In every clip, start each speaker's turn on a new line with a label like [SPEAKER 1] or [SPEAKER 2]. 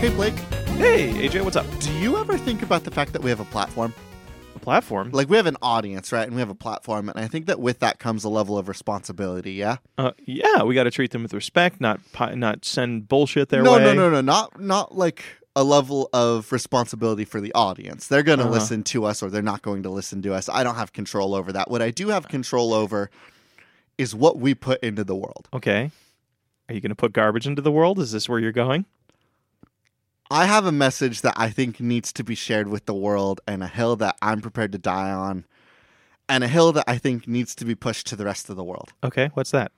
[SPEAKER 1] Hey, Blake,
[SPEAKER 2] Hey, AJ, what's up?
[SPEAKER 1] do you ever think about the fact that we have a platform?
[SPEAKER 2] A platform?
[SPEAKER 1] Like, we have an audience, right? And we have a platform. And I think that with that comes a level of responsibility, yeah?
[SPEAKER 2] Uh, yeah, we got to treat them with respect, not pi- not send bullshit their
[SPEAKER 1] no,
[SPEAKER 2] way.
[SPEAKER 1] no, no, no. Not, not like a level of responsibility for the audience. They're going to
[SPEAKER 2] Uh-huh.
[SPEAKER 1] listen to us or they're not going to listen to us. I don't have control over that. What I do have control over is what we put into the world.
[SPEAKER 2] Okay. Are you going to put garbage into the world? Is this where you're going?
[SPEAKER 1] I have a message that I think needs to be shared with the world and a hill that I'm prepared to die on and a hill that I think needs to be pushed to the rest of the world.
[SPEAKER 2] Okay, what's that?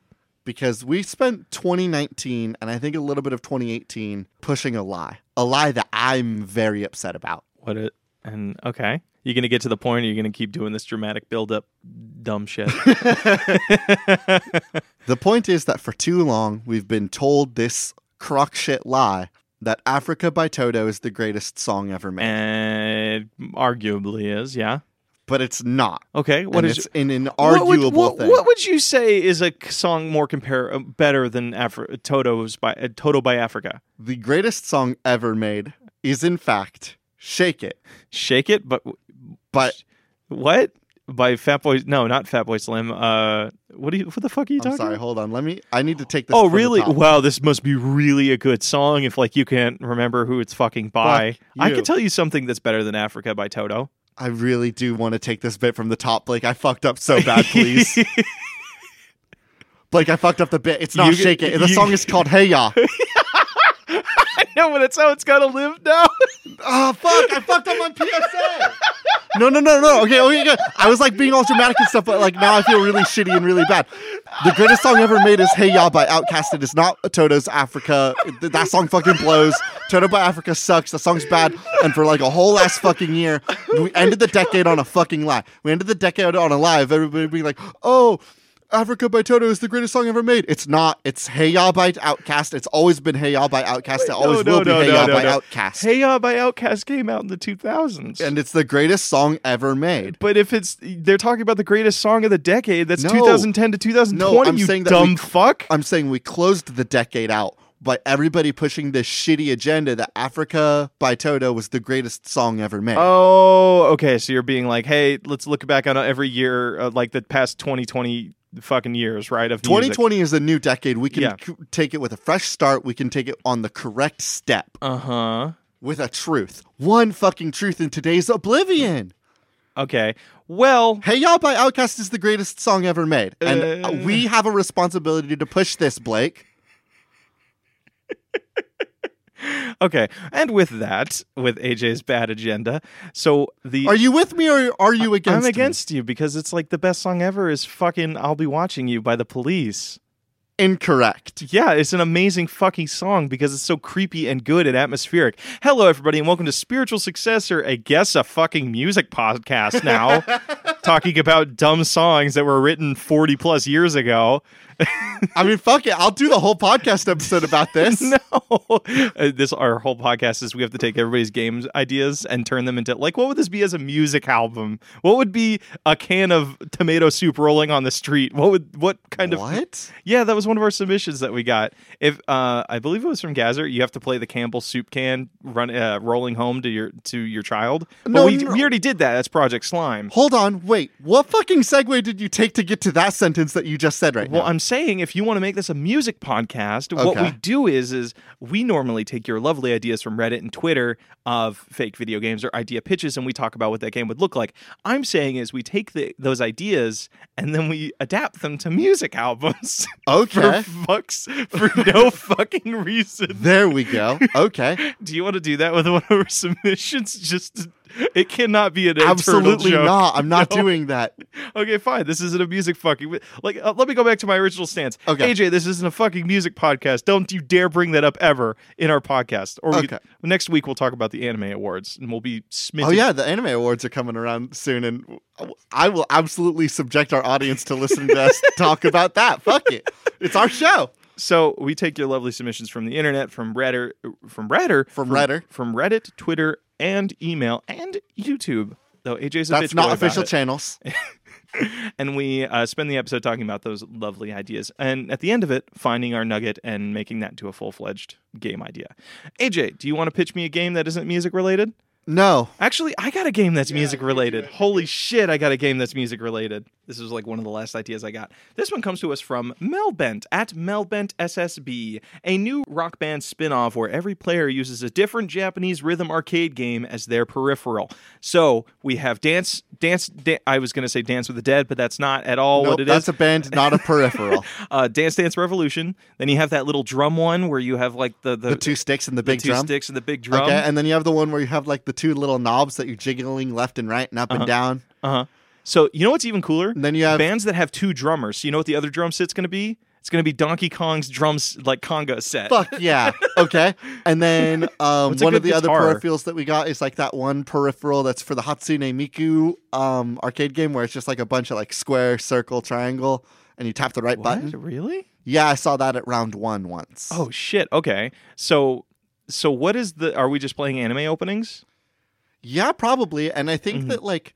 [SPEAKER 1] Because we spent 2019 and I think a little bit of 2018 pushing a lie, a lie that I'm very upset about.
[SPEAKER 2] What it? And okay, you're going to get to the point. Or you're going to keep doing this dramatic build up, dumb shit.
[SPEAKER 1] The point is that for too long, we've been told this crock shit lie that Africa by Toto is the greatest song ever made,
[SPEAKER 2] and arguably is yeah.
[SPEAKER 1] but it's not.
[SPEAKER 2] Okay, what
[SPEAKER 1] and
[SPEAKER 2] is
[SPEAKER 1] it's an inarguable
[SPEAKER 2] what would, what,
[SPEAKER 1] thing.
[SPEAKER 2] what would you say is a k- song more compare uh, better than Afri- Toto's by uh, Toto by Africa?
[SPEAKER 1] the greatest song ever made is in fact shake it
[SPEAKER 2] Shake it, but
[SPEAKER 1] but
[SPEAKER 2] What? By Fatboy? No, not Fatboy Slim. Uh, what do you? What the fuck are you
[SPEAKER 1] i'm
[SPEAKER 2] talking?
[SPEAKER 1] sorry
[SPEAKER 2] about?
[SPEAKER 1] hold on let me i need to take this
[SPEAKER 2] Oh,
[SPEAKER 1] from the
[SPEAKER 2] really?
[SPEAKER 1] top.
[SPEAKER 2] Wow, this must be really a good song. If like you can't remember who it's fucking by,
[SPEAKER 1] Fuck
[SPEAKER 2] I
[SPEAKER 1] you.
[SPEAKER 2] can tell you something that's better than Africa by Toto.
[SPEAKER 1] i really do want to take this bit from the top blake i fucked up so bad please blake i fucked up the bit it's not
[SPEAKER 2] You-
[SPEAKER 1] shake it the
[SPEAKER 2] you-
[SPEAKER 1] song is called hey ya
[SPEAKER 2] I know, but that's how it's gotta live now.
[SPEAKER 1] oh fuck i fucked up on psa no no no no okay okay good. i was like being all dramatic and stuff but like now i feel really shitty and really bad the greatest song ever made is hey ya by outcast it is not toto's africa Th- that song fucking blows toto by africa sucks the song's bad and for like a whole last fucking year we ended the decade on a fucking lie we ended the decade on a lie of everybody being like oh Africa by Toto is the greatest song ever made. It's not. It's Hey Ya by Outcast. It's always been Hey Ya by Outcast. It always
[SPEAKER 2] no,
[SPEAKER 1] will be
[SPEAKER 2] no,
[SPEAKER 1] Hey
[SPEAKER 2] no,
[SPEAKER 1] Ya
[SPEAKER 2] no,
[SPEAKER 1] by
[SPEAKER 2] no.
[SPEAKER 1] Outcast
[SPEAKER 2] Hey Ya by Outkast came out in the 2000s.
[SPEAKER 1] and it's the greatest song ever made.
[SPEAKER 2] but if it's they're talking about the greatest song of the decade, that's
[SPEAKER 1] No.
[SPEAKER 2] 2010 to 2020.
[SPEAKER 1] I'm
[SPEAKER 2] you
[SPEAKER 1] saying that
[SPEAKER 2] dumb
[SPEAKER 1] we-
[SPEAKER 2] fuck.
[SPEAKER 1] I'm saying we closed the decade out by everybody pushing this shitty agenda that Africa by Toto was the greatest song ever made.
[SPEAKER 2] Oh, okay. So you're being like, hey, let's look back on every year, uh, like the past 2020 fucking years, right? Of music.
[SPEAKER 1] 2020 is a new decade. We can
[SPEAKER 2] Yeah.
[SPEAKER 1] c- take it with a fresh start. We can take it on the correct step
[SPEAKER 2] Uh huh.
[SPEAKER 1] with a truth. One fucking truth in today's oblivion.
[SPEAKER 2] Okay. Well,
[SPEAKER 1] Hey Ya by Outkast is the greatest song ever made. And
[SPEAKER 2] Uh.
[SPEAKER 1] uh, we have a responsibility to push this, Blake.
[SPEAKER 2] okay. And with that, with AJ's bad agenda, so the
[SPEAKER 1] Are you with me or are you against
[SPEAKER 2] I'm
[SPEAKER 1] me?
[SPEAKER 2] against you because it's like the best song ever is fucking "I'll Be Watching You" by the Police.
[SPEAKER 1] Incorrect.
[SPEAKER 2] Yeah, it's an amazing fucking song because it's so creepy and good and atmospheric. Hello, everybody, and welcome to Spiritual Successor, a guess a fucking music podcast now, talking about dumb songs that were written 40 plus years ago.
[SPEAKER 1] I mean, fuck it. I'll do the whole podcast episode about this.
[SPEAKER 2] No, Uh, this our whole podcast is we have to take everybody's games ideas and turn them into like what would this be as a music album? What would be a can of tomato soup rolling on the street? What would what kind of
[SPEAKER 1] What?
[SPEAKER 2] Yeah, that was one of our submissions that we got. If uh, I believe it was from Gazer, you have to play the Campbell soup can run uh, rolling home to your to your child. But
[SPEAKER 1] No,
[SPEAKER 2] we,
[SPEAKER 1] no.
[SPEAKER 2] we already did that. That's Project Slime.
[SPEAKER 1] Hold on. Wait. What fucking segue did you take to get to that sentence that you just said right
[SPEAKER 2] Well,
[SPEAKER 1] now?
[SPEAKER 2] I'm saying if you want to make this a music podcast, what
[SPEAKER 1] Okay.
[SPEAKER 2] we do is is we normally take your lovely ideas from Reddit and Twitter of fake video games or idea pitches, and we talk about what that game would look like. I'm saying is we take the, those ideas and then we adapt them to music albums
[SPEAKER 1] okay.
[SPEAKER 2] for fucks for no fucking reason.
[SPEAKER 1] there we go. Okay.
[SPEAKER 2] Do you want to do that with one of our submissions? Just to- it cannot be an
[SPEAKER 1] Absolutely
[SPEAKER 2] eternal joke.
[SPEAKER 1] not. I'm not
[SPEAKER 2] No.
[SPEAKER 1] doing that.
[SPEAKER 2] Okay, fine. This isn't a music fucking like. Uh, let me go back to my original stance.
[SPEAKER 1] Okay.
[SPEAKER 2] AJ, this isn't a fucking music podcast. Don't you dare bring that up ever in our podcast. Or we,
[SPEAKER 1] Okay.
[SPEAKER 2] next week we'll talk about the anime awards and we'll be smitten.
[SPEAKER 1] Oh yeah, the anime awards are coming around soon, and I will absolutely subject our audience to listening to us talk about that. Fuck it. It's our show.
[SPEAKER 2] So we take your lovely submissions from the internet, from Reddit, from Reddit,
[SPEAKER 1] From Reddit.
[SPEAKER 2] from Reddit, Twitter, and email and YouTube. Though AJ's a
[SPEAKER 1] That's
[SPEAKER 2] bitch boy
[SPEAKER 1] not
[SPEAKER 2] about
[SPEAKER 1] official
[SPEAKER 2] it.
[SPEAKER 1] channels.
[SPEAKER 2] and we uh, spend the episode talking about those lovely ideas. And at the end of it, finding our nugget and making that into a full fledged game idea. AJ, do you want to pitch me a game that isn't music related?
[SPEAKER 1] No.
[SPEAKER 2] Actually, I got a game that's music related. Holy shit, I got a game that's music related. This is like one of the last ideas I got. This one comes to us from Melbent at Melbent SSB, a new rock band spin off where every player uses a different Japanese rhythm arcade game as their peripheral. So we have Dance, Dance, Dan- I was going to say Dance with the Dead, but that's not at all
[SPEAKER 1] Nope,
[SPEAKER 2] what it is
[SPEAKER 1] that's a band, not a peripheral.
[SPEAKER 2] uh, Dance Dance Revolution. Then you have that little drum one where you have like the the,
[SPEAKER 1] the two sticks and the big
[SPEAKER 2] two
[SPEAKER 1] drum.
[SPEAKER 2] sticks and the big drum.
[SPEAKER 1] Okay, and then you have the one where you have like the two little knobs that you're jiggling left and right and up and down.
[SPEAKER 2] Uh-huh. So you know what's even cooler?
[SPEAKER 1] And then you have
[SPEAKER 2] Bands that have two drummers. So you know what the other drum set's going to be? It's going to be Donkey Kong's drums like conga set.
[SPEAKER 1] fuck yeah. Okay, and then um,
[SPEAKER 2] What's a
[SPEAKER 1] one of
[SPEAKER 2] good
[SPEAKER 1] the other
[SPEAKER 2] guitar?
[SPEAKER 1] peripherals that we got is like that one peripheral that's for the Hatsune Miku um, arcade game where it's just like a bunch of like square, circle, triangle, and you tap the right
[SPEAKER 2] What?
[SPEAKER 1] button.
[SPEAKER 2] Really?
[SPEAKER 1] Yeah, I saw that at round one once.
[SPEAKER 2] Oh shit. Okay. So so what is the are we just playing anime openings?
[SPEAKER 1] yeah, probably. And I
[SPEAKER 2] Mm-hmm.
[SPEAKER 1] think that like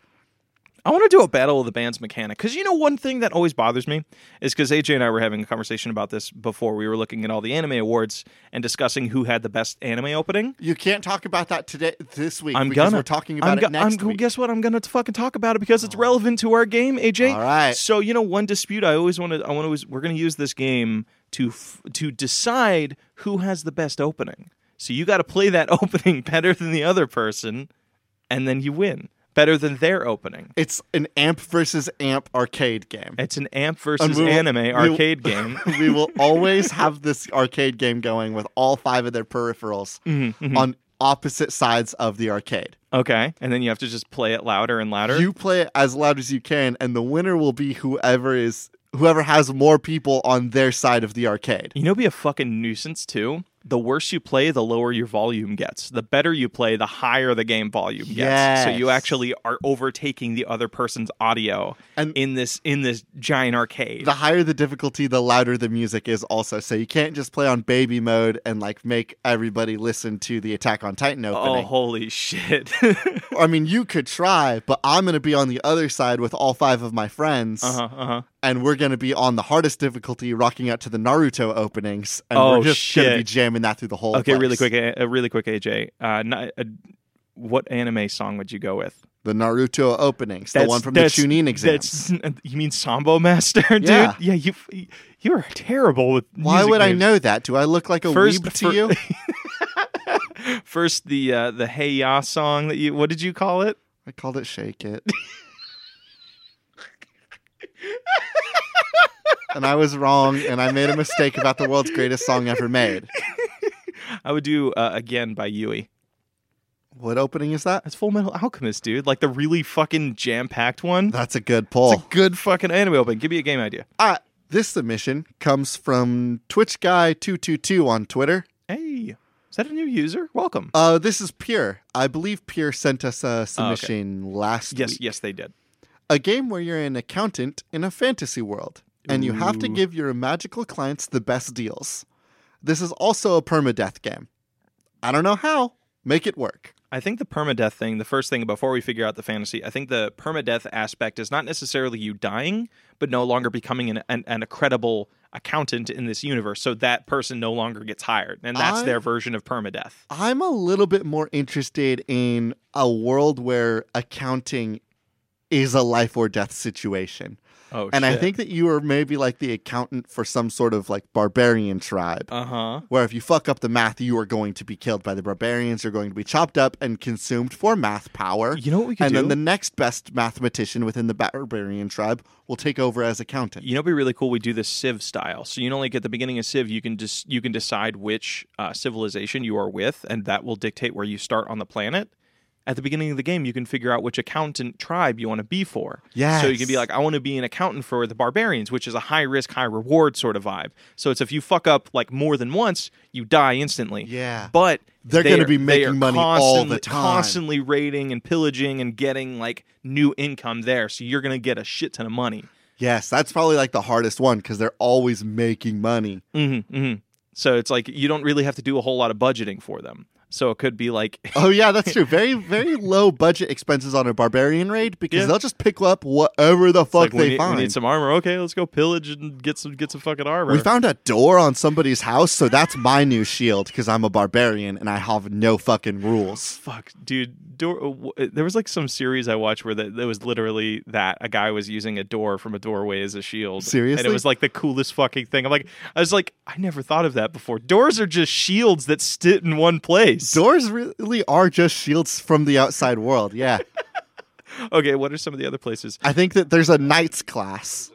[SPEAKER 2] I want to do a battle of the bands mechanic because you know one thing that always bothers me is because AJ and I were having a conversation about this before we were looking at all the anime awards and discussing who had the best anime opening.
[SPEAKER 1] you can't talk about that today this week
[SPEAKER 2] I'm
[SPEAKER 1] because
[SPEAKER 2] gonna.
[SPEAKER 1] we're talking
[SPEAKER 2] I'm
[SPEAKER 1] about
[SPEAKER 2] go-
[SPEAKER 1] it next
[SPEAKER 2] I'm, go-
[SPEAKER 1] week. Oh.
[SPEAKER 2] Guess what? I'm gonna t- fucking talk about it because it's relevant to our game, AJ.
[SPEAKER 1] All right.
[SPEAKER 2] So you know, one dispute I always wanted. I want to. We're gonna use this game to f- to decide who has the best opening. So you got to play that opening better than the other person, and then you win better than their opening.
[SPEAKER 1] It's an amp versus amp arcade game.
[SPEAKER 2] It's an amp versus
[SPEAKER 1] we will-
[SPEAKER 2] anime
[SPEAKER 1] we will-
[SPEAKER 2] arcade game.
[SPEAKER 1] we will always have this arcade game going with all five of their peripherals
[SPEAKER 2] Mm-hmm,
[SPEAKER 1] on opposite sides of the arcade.
[SPEAKER 2] Okay, and then you have to just play it louder and louder.
[SPEAKER 1] You play it as loud as you can, and the winner will be whoever is whoever has more people on their side of the arcade.
[SPEAKER 2] You know, be a fucking nuisance too. The worse you play, the lower your volume gets. The better you play, the higher the game volume gets. So you
[SPEAKER 1] Yes.
[SPEAKER 2] actually are overtaking the other person's audio
[SPEAKER 1] And-
[SPEAKER 2] in this in this giant arcade.
[SPEAKER 1] The higher the difficulty, the louder the music is also. So you can't just play on baby mode and like make everybody listen to the Attack on Titan
[SPEAKER 2] oh,
[SPEAKER 1] opening.
[SPEAKER 2] holy shit! Uh-huh,
[SPEAKER 1] I mean, you could try, but I'm going to be on the other side with all five of my friends.
[SPEAKER 2] Uh-huh, uh-huh.
[SPEAKER 1] and we're going to be on the hardest difficulty, rocking out to the Naruto openings, and
[SPEAKER 2] Oh,
[SPEAKER 1] we're just going to be
[SPEAKER 2] shit.
[SPEAKER 1] jamming that through the whole.
[SPEAKER 2] Okay, really
[SPEAKER 1] place.
[SPEAKER 2] quick, uh, really quick, AJ. Uh, not, uh, what anime song would you go with?
[SPEAKER 1] The Naruto openings, the
[SPEAKER 2] That's-
[SPEAKER 1] one from the
[SPEAKER 2] that's-
[SPEAKER 1] Chunin exams.
[SPEAKER 2] That's you mean Sambo Master, dude?
[SPEAKER 1] Yeah.
[SPEAKER 2] you you are terrible with.
[SPEAKER 1] Why
[SPEAKER 2] music
[SPEAKER 1] would I
[SPEAKER 2] names.
[SPEAKER 1] know that? Do I look like a
[SPEAKER 2] First-
[SPEAKER 1] weeb
[SPEAKER 2] fir-
[SPEAKER 1] to you?
[SPEAKER 2] First, the uh, the Hey Ya song that you what did you call it?
[SPEAKER 1] I called it "Shake It," and I was wrong, and I made a mistake about the world's greatest song ever made.
[SPEAKER 2] I would do uh, again by Yui.
[SPEAKER 1] What opening is that?
[SPEAKER 2] That's Full Metal Alchemist, dude. Like the really fucking jam packed one.
[SPEAKER 1] That's a good pull.
[SPEAKER 2] It's a good fucking anime open. Give me a game idea.
[SPEAKER 1] Ah, this submission comes from Twitch Guy two two two on Twitter.
[SPEAKER 2] Hey, is that a new user? Welcome.
[SPEAKER 1] Uh, this is Pure. I believe Pure sent us a
[SPEAKER 2] Oh, okay.
[SPEAKER 1] submission last
[SPEAKER 2] yes,
[SPEAKER 1] week.
[SPEAKER 2] yes, they did.
[SPEAKER 1] A game where you're an accountant in a fantasy world, and you have to
[SPEAKER 2] Ooh.
[SPEAKER 1] give your magical clients the best deals. This is also a permadeath game. I don't know how. Make it work.
[SPEAKER 2] I think the permadeath thing, the first thing before we figure out the fantasy, I think the permadeath aspect is not necessarily you dying, but no longer becoming an, an, an a credible accountant in this universe. So that person no longer gets hired. And that's
[SPEAKER 1] I-
[SPEAKER 2] their version of permadeath.
[SPEAKER 1] I'm a little bit more interested in a world where accounting is a life or death situation.
[SPEAKER 2] Oh,
[SPEAKER 1] and I think that you are maybe like the accountant for some sort of like barbarian tribe.
[SPEAKER 2] Uh huh.
[SPEAKER 1] where if you fuck up the math, you are going to be killed by the barbarians. You're going to be chopped up and consumed for math power.
[SPEAKER 2] You know what we could
[SPEAKER 1] and
[SPEAKER 2] do?
[SPEAKER 1] then the next best mathematician within the barbarian tribe will take over as accountant.
[SPEAKER 2] You know, it'd be really cool. We do this Civ style, so you know, like at the beginning of Civ, you can just you can decide which uh, civilization you are with, and that will dictate where you start on the planet. At the beginning of the game, you can figure out which accountant tribe you want to be for. So you can be
[SPEAKER 1] Yes.
[SPEAKER 2] like, I want to be an accountant for the barbarians, which is a high risk, high reward sort of vibe. So it's if you fuck up like more than once, you die instantly.
[SPEAKER 1] Yeah.
[SPEAKER 2] But
[SPEAKER 1] They're
[SPEAKER 2] they
[SPEAKER 1] gonna
[SPEAKER 2] are-
[SPEAKER 1] be
[SPEAKER 2] they
[SPEAKER 1] making
[SPEAKER 2] are
[SPEAKER 1] money all the
[SPEAKER 2] constantly-
[SPEAKER 1] time.
[SPEAKER 2] Constantly raiding and pillaging and getting like new income there. So you're gonna get a shit ton of money.
[SPEAKER 1] Yes, that's probably like the hardest one because they're always making money.
[SPEAKER 2] Mm-hmm, hmm hmm So it's like you don't really have to do a whole lot of budgeting for them. So it could be like
[SPEAKER 1] Oh yeah, that's true. Very very low budget expenses on a barbarian raid because
[SPEAKER 2] Yeah.
[SPEAKER 1] they'll just pick up whatever the fuck
[SPEAKER 2] like we,
[SPEAKER 1] they
[SPEAKER 2] need,
[SPEAKER 1] find.
[SPEAKER 2] we need some armor. Okay, let's go pillage and get some get some fucking armor.
[SPEAKER 1] We found a door on somebody's house, so that's my new shield because I'm a barbarian and I have no fucking rules.
[SPEAKER 2] Fuck, dude. Door. uh, w- uh, There was like some series I watched where that, that was literally that a guy was using a door from a doorway as a shield. and
[SPEAKER 1] Seriously?
[SPEAKER 2] it was like the coolest fucking thing. I'm like, I was like, I never thought of that before. Doors are just shields that sit in one place.
[SPEAKER 1] Doors really are just shields from the outside world. Yeah,
[SPEAKER 2] okay, what are some of the other places?
[SPEAKER 1] I think that there's a knights class,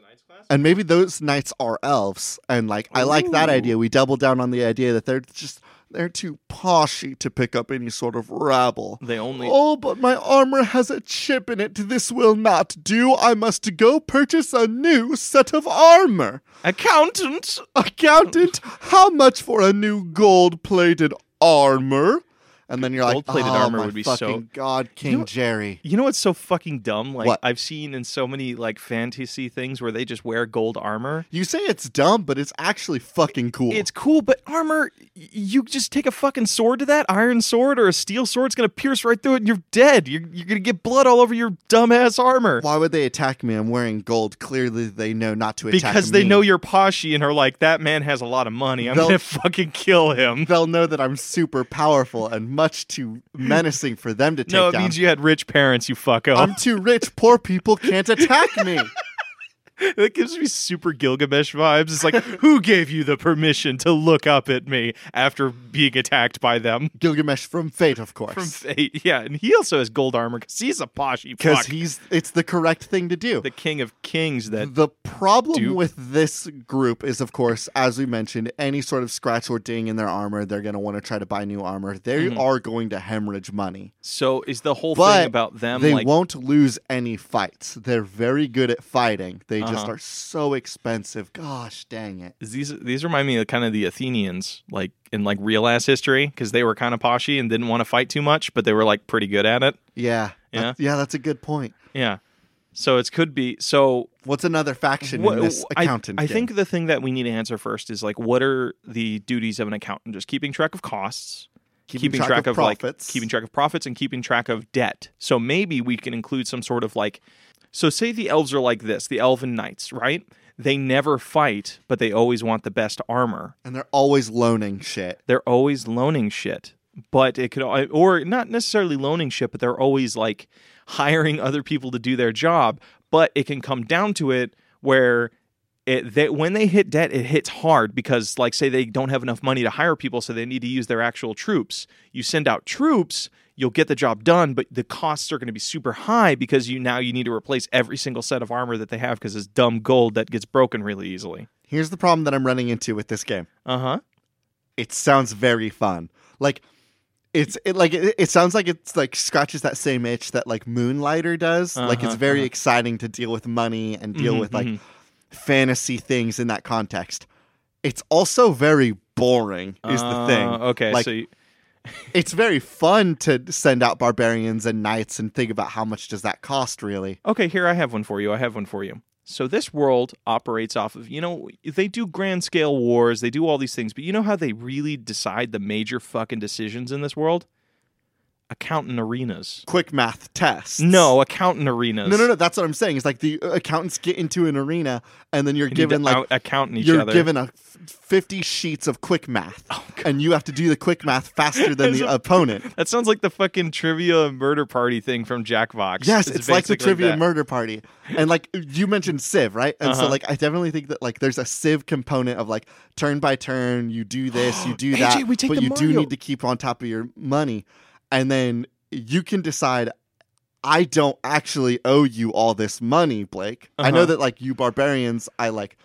[SPEAKER 1] and maybe those knights are elves. And like, I like that
[SPEAKER 2] Ooh.
[SPEAKER 1] idea. We double down on the idea that they're just they're too poshy to pick up any sort of rabble.
[SPEAKER 2] They only.
[SPEAKER 1] Oh, but my armor has a chip in it. This will not do. I must go purchase a new set of armor.
[SPEAKER 2] Accountant!
[SPEAKER 1] Accountant, how much for a new gold plated armor? And then you're like,
[SPEAKER 2] Gold-plated
[SPEAKER 1] oh,
[SPEAKER 2] armor
[SPEAKER 1] my
[SPEAKER 2] would be so-
[SPEAKER 1] fucking God, King
[SPEAKER 2] know-
[SPEAKER 1] Jerry.
[SPEAKER 2] You know what's so fucking dumb? Like,
[SPEAKER 1] What?
[SPEAKER 2] I've seen in so many like fantasy things where they just wear gold armor.
[SPEAKER 1] You say it's dumb, but it's actually fucking cool.
[SPEAKER 2] It's cool, but armor, y- you just take a fucking sword to that iron sword or a steel sword, it's going to pierce right through it and you're dead. You're, you're going to get blood all over your dumbass armor.
[SPEAKER 1] Why would they attack me? I'm wearing gold. Clearly, they know not to attack
[SPEAKER 2] Because they
[SPEAKER 1] me.
[SPEAKER 2] know you're poshy and are like, that man has a lot of money. I'm
[SPEAKER 1] They'll-
[SPEAKER 2] going to fucking kill him.
[SPEAKER 1] They'll know that I'm super powerful and much too menacing for them to take
[SPEAKER 2] No, it
[SPEAKER 1] down.
[SPEAKER 2] means you had rich parents, you fucko.
[SPEAKER 1] I'm too rich. Poor people can't attack me.
[SPEAKER 2] That gives me super Gilgamesh vibes. It's like, who gave you the permission to look up at me after being attacked by them?
[SPEAKER 1] Gilgamesh from Fate, of course.
[SPEAKER 2] From fate. Yeah, and he also has gold armor because he's a poshy
[SPEAKER 1] because
[SPEAKER 2] fuck.
[SPEAKER 1] he's it's the correct thing to do.
[SPEAKER 2] the king of kings that
[SPEAKER 1] The problem
[SPEAKER 2] Duke.
[SPEAKER 1] with this group is, of course, as we mentioned, any sort of scratch or ding in their armor, they're going to want to try to buy new armor. They
[SPEAKER 2] Mhm.
[SPEAKER 1] are going to hemorrhage money.
[SPEAKER 2] So is the whole
[SPEAKER 1] But
[SPEAKER 2] thing about them
[SPEAKER 1] they
[SPEAKER 2] like
[SPEAKER 1] won't lose any fights. They're very good at fighting. They just
[SPEAKER 2] Uh-huh.
[SPEAKER 1] are so expensive. Gosh dang it.
[SPEAKER 2] these these remind me of kind of the Athenians like in like real ass history because they were kind of poshy and didn't want to fight too much, but they were like pretty good at it.
[SPEAKER 1] Yeah.
[SPEAKER 2] Yeah.
[SPEAKER 1] That's, yeah, that's a good point.
[SPEAKER 2] Yeah. So it could be so
[SPEAKER 1] What's another faction
[SPEAKER 2] What-
[SPEAKER 1] in this
[SPEAKER 2] I-
[SPEAKER 1] accountant?
[SPEAKER 2] I,
[SPEAKER 1] game?
[SPEAKER 2] think the thing that we need to answer first is like what are the duties of an accountant? Just keeping track of costs,
[SPEAKER 1] profits.
[SPEAKER 2] like keeping track of profits and keeping track of debt. So maybe we can include some sort of like so say the elves are like this, the elven knights, right? They never fight, but they always want the best armor.
[SPEAKER 1] and they're always loaning shit.
[SPEAKER 2] They're always loaning shit. But it could or not necessarily loaning shit, but they're always like hiring other people to do their job, but it can come down to it where it they, when they hit debt it hits hard because like say they don't have enough money to hire people so they need to use their actual troops you send out troops you'll get the job done but the costs are going to be super high because you now you need to replace every single set of armor that they have because it's dumb gold that gets broken really easily
[SPEAKER 1] Here's the problem that I'm running into with this game.
[SPEAKER 2] uh-huh
[SPEAKER 1] it sounds very fun. Like it's it like it, it sounds like it's like scratches that same itch that like Moonlighter does. Like it's
[SPEAKER 2] Uh-huh,
[SPEAKER 1] very
[SPEAKER 2] uh-huh.
[SPEAKER 1] exciting to deal with money and deal
[SPEAKER 2] Mhm,
[SPEAKER 1] with like
[SPEAKER 2] mhm.
[SPEAKER 1] fantasy things in that context. It's also very boring is the
[SPEAKER 2] Uh,
[SPEAKER 1] thing.
[SPEAKER 2] okay
[SPEAKER 1] Like-
[SPEAKER 2] so you,
[SPEAKER 1] It's very fun to send out barbarians and knights and think about how much does that cost really.
[SPEAKER 2] Okay, here I have one for you. I have one for you. So this world operates off of, you know, they do grand scale wars, they do all these things, but you know how they really decide the major fucking decisions in this world? Accountant arenas.
[SPEAKER 1] Quick math tests.
[SPEAKER 2] No, accountant arenas.
[SPEAKER 1] No, no, no. That's what I'm saying. It's like the accountants get into an arena and then you're
[SPEAKER 2] They need
[SPEAKER 1] given
[SPEAKER 2] to
[SPEAKER 1] like
[SPEAKER 2] out- accountant each
[SPEAKER 1] you're
[SPEAKER 2] other. Oh,
[SPEAKER 1] given a f- 50 sheets of quick math and you have to do the quick math faster than
[SPEAKER 2] As
[SPEAKER 1] the
[SPEAKER 2] a-
[SPEAKER 1] opponent
[SPEAKER 2] that sounds like the fucking trivia murder party thing from Jack Vox.
[SPEAKER 1] yes it's, like the
[SPEAKER 2] basically
[SPEAKER 1] trivia
[SPEAKER 2] that.
[SPEAKER 1] murder party and like you mentioned civ right and so
[SPEAKER 2] Uh-huh.
[SPEAKER 1] like i definitely think that like there's a civ component of like turn by turn you do this you do
[SPEAKER 2] AJ,
[SPEAKER 1] that
[SPEAKER 2] we take
[SPEAKER 1] but
[SPEAKER 2] the
[SPEAKER 1] you do
[SPEAKER 2] Mario-
[SPEAKER 1] need to keep on top of your money and then you can decide i don't actually owe you all this money blake i know
[SPEAKER 2] Uh-huh.
[SPEAKER 1] that like you barbarians i like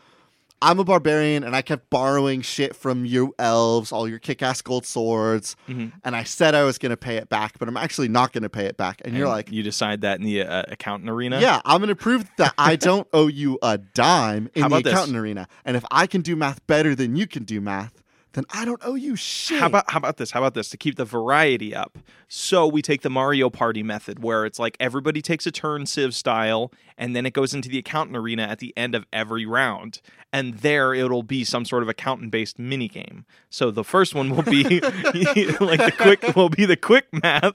[SPEAKER 1] I'm a barbarian and I kept borrowing shit from you elves, all your kick ass gold swords,
[SPEAKER 2] Mhm.
[SPEAKER 1] and I said I was going to pay it back, but I'm actually not going to pay it back. And, you're
[SPEAKER 2] And
[SPEAKER 1] like,
[SPEAKER 2] you decide that in the uh, accountant arena.
[SPEAKER 1] yeah, I'm going to prove that I don't owe you a dime in
[SPEAKER 2] How
[SPEAKER 1] the
[SPEAKER 2] about this?
[SPEAKER 1] accountant arena. And if I can do math better than you can do math, then I don't owe you shit.
[SPEAKER 2] How about how about this? How about this to keep the variety up? So we take the Mario Party method, where it's like everybody takes a turn, Civ style, and then it goes into the accountant arena at the end of every round, and there it'll be some sort of accountant-based mini game. So the first one will be like the quick will be the quick math,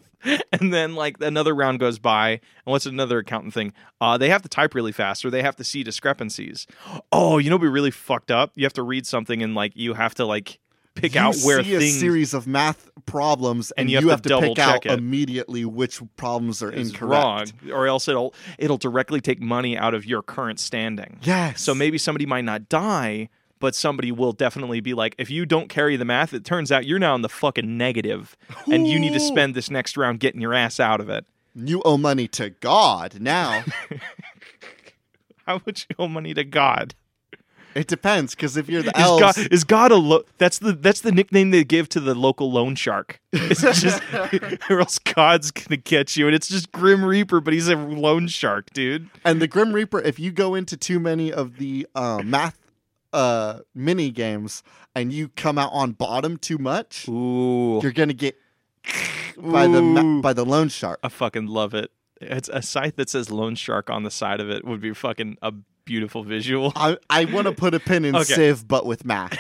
[SPEAKER 2] and then like another round goes by, and what's another accountant thing? Uh, they have to type really fast, or they have to see discrepancies. Oh, you know, what'd be really fucked up. You have to read something, and like you have to like pick
[SPEAKER 1] you
[SPEAKER 2] out where
[SPEAKER 1] see
[SPEAKER 2] things
[SPEAKER 1] a series of math problems and, you have, to,
[SPEAKER 2] double
[SPEAKER 1] pick out
[SPEAKER 2] check it.
[SPEAKER 1] immediately which problems are
[SPEAKER 2] is
[SPEAKER 1] incorrect.
[SPEAKER 2] wrong, or else it'll it'll directly take money out of your current standing.
[SPEAKER 1] Yes.
[SPEAKER 2] So maybe somebody might not die, but somebody will definitely be like, if you don't carry the math, it turns out you're now in the fucking negative, and you need to
[SPEAKER 1] Ooh.
[SPEAKER 2] spend this next round getting your ass out of it.
[SPEAKER 1] you owe money to God now.
[SPEAKER 2] How would you owe money to God?
[SPEAKER 1] it depends because if you're the
[SPEAKER 2] Is
[SPEAKER 1] elves,
[SPEAKER 2] God is God a lo- that's the that's the nickname they give to the local loan shark. It's just or else God's gonna get you, and it's just Grim Reaper, but he's a loan shark, dude.
[SPEAKER 1] and the Grim Reaper, if you go into too many of the uh, math uh, mini games and you come out on bottom too much,
[SPEAKER 2] Ooh,
[SPEAKER 1] you're gonna get by the ma-
[SPEAKER 2] Ooh.
[SPEAKER 1] by the loan shark.
[SPEAKER 2] I fucking love it. It's a site that says loan shark on the side of it would be fucking a beautiful visual.
[SPEAKER 1] I, I want to put a pin in
[SPEAKER 2] Okay.
[SPEAKER 1] Civ, but with math.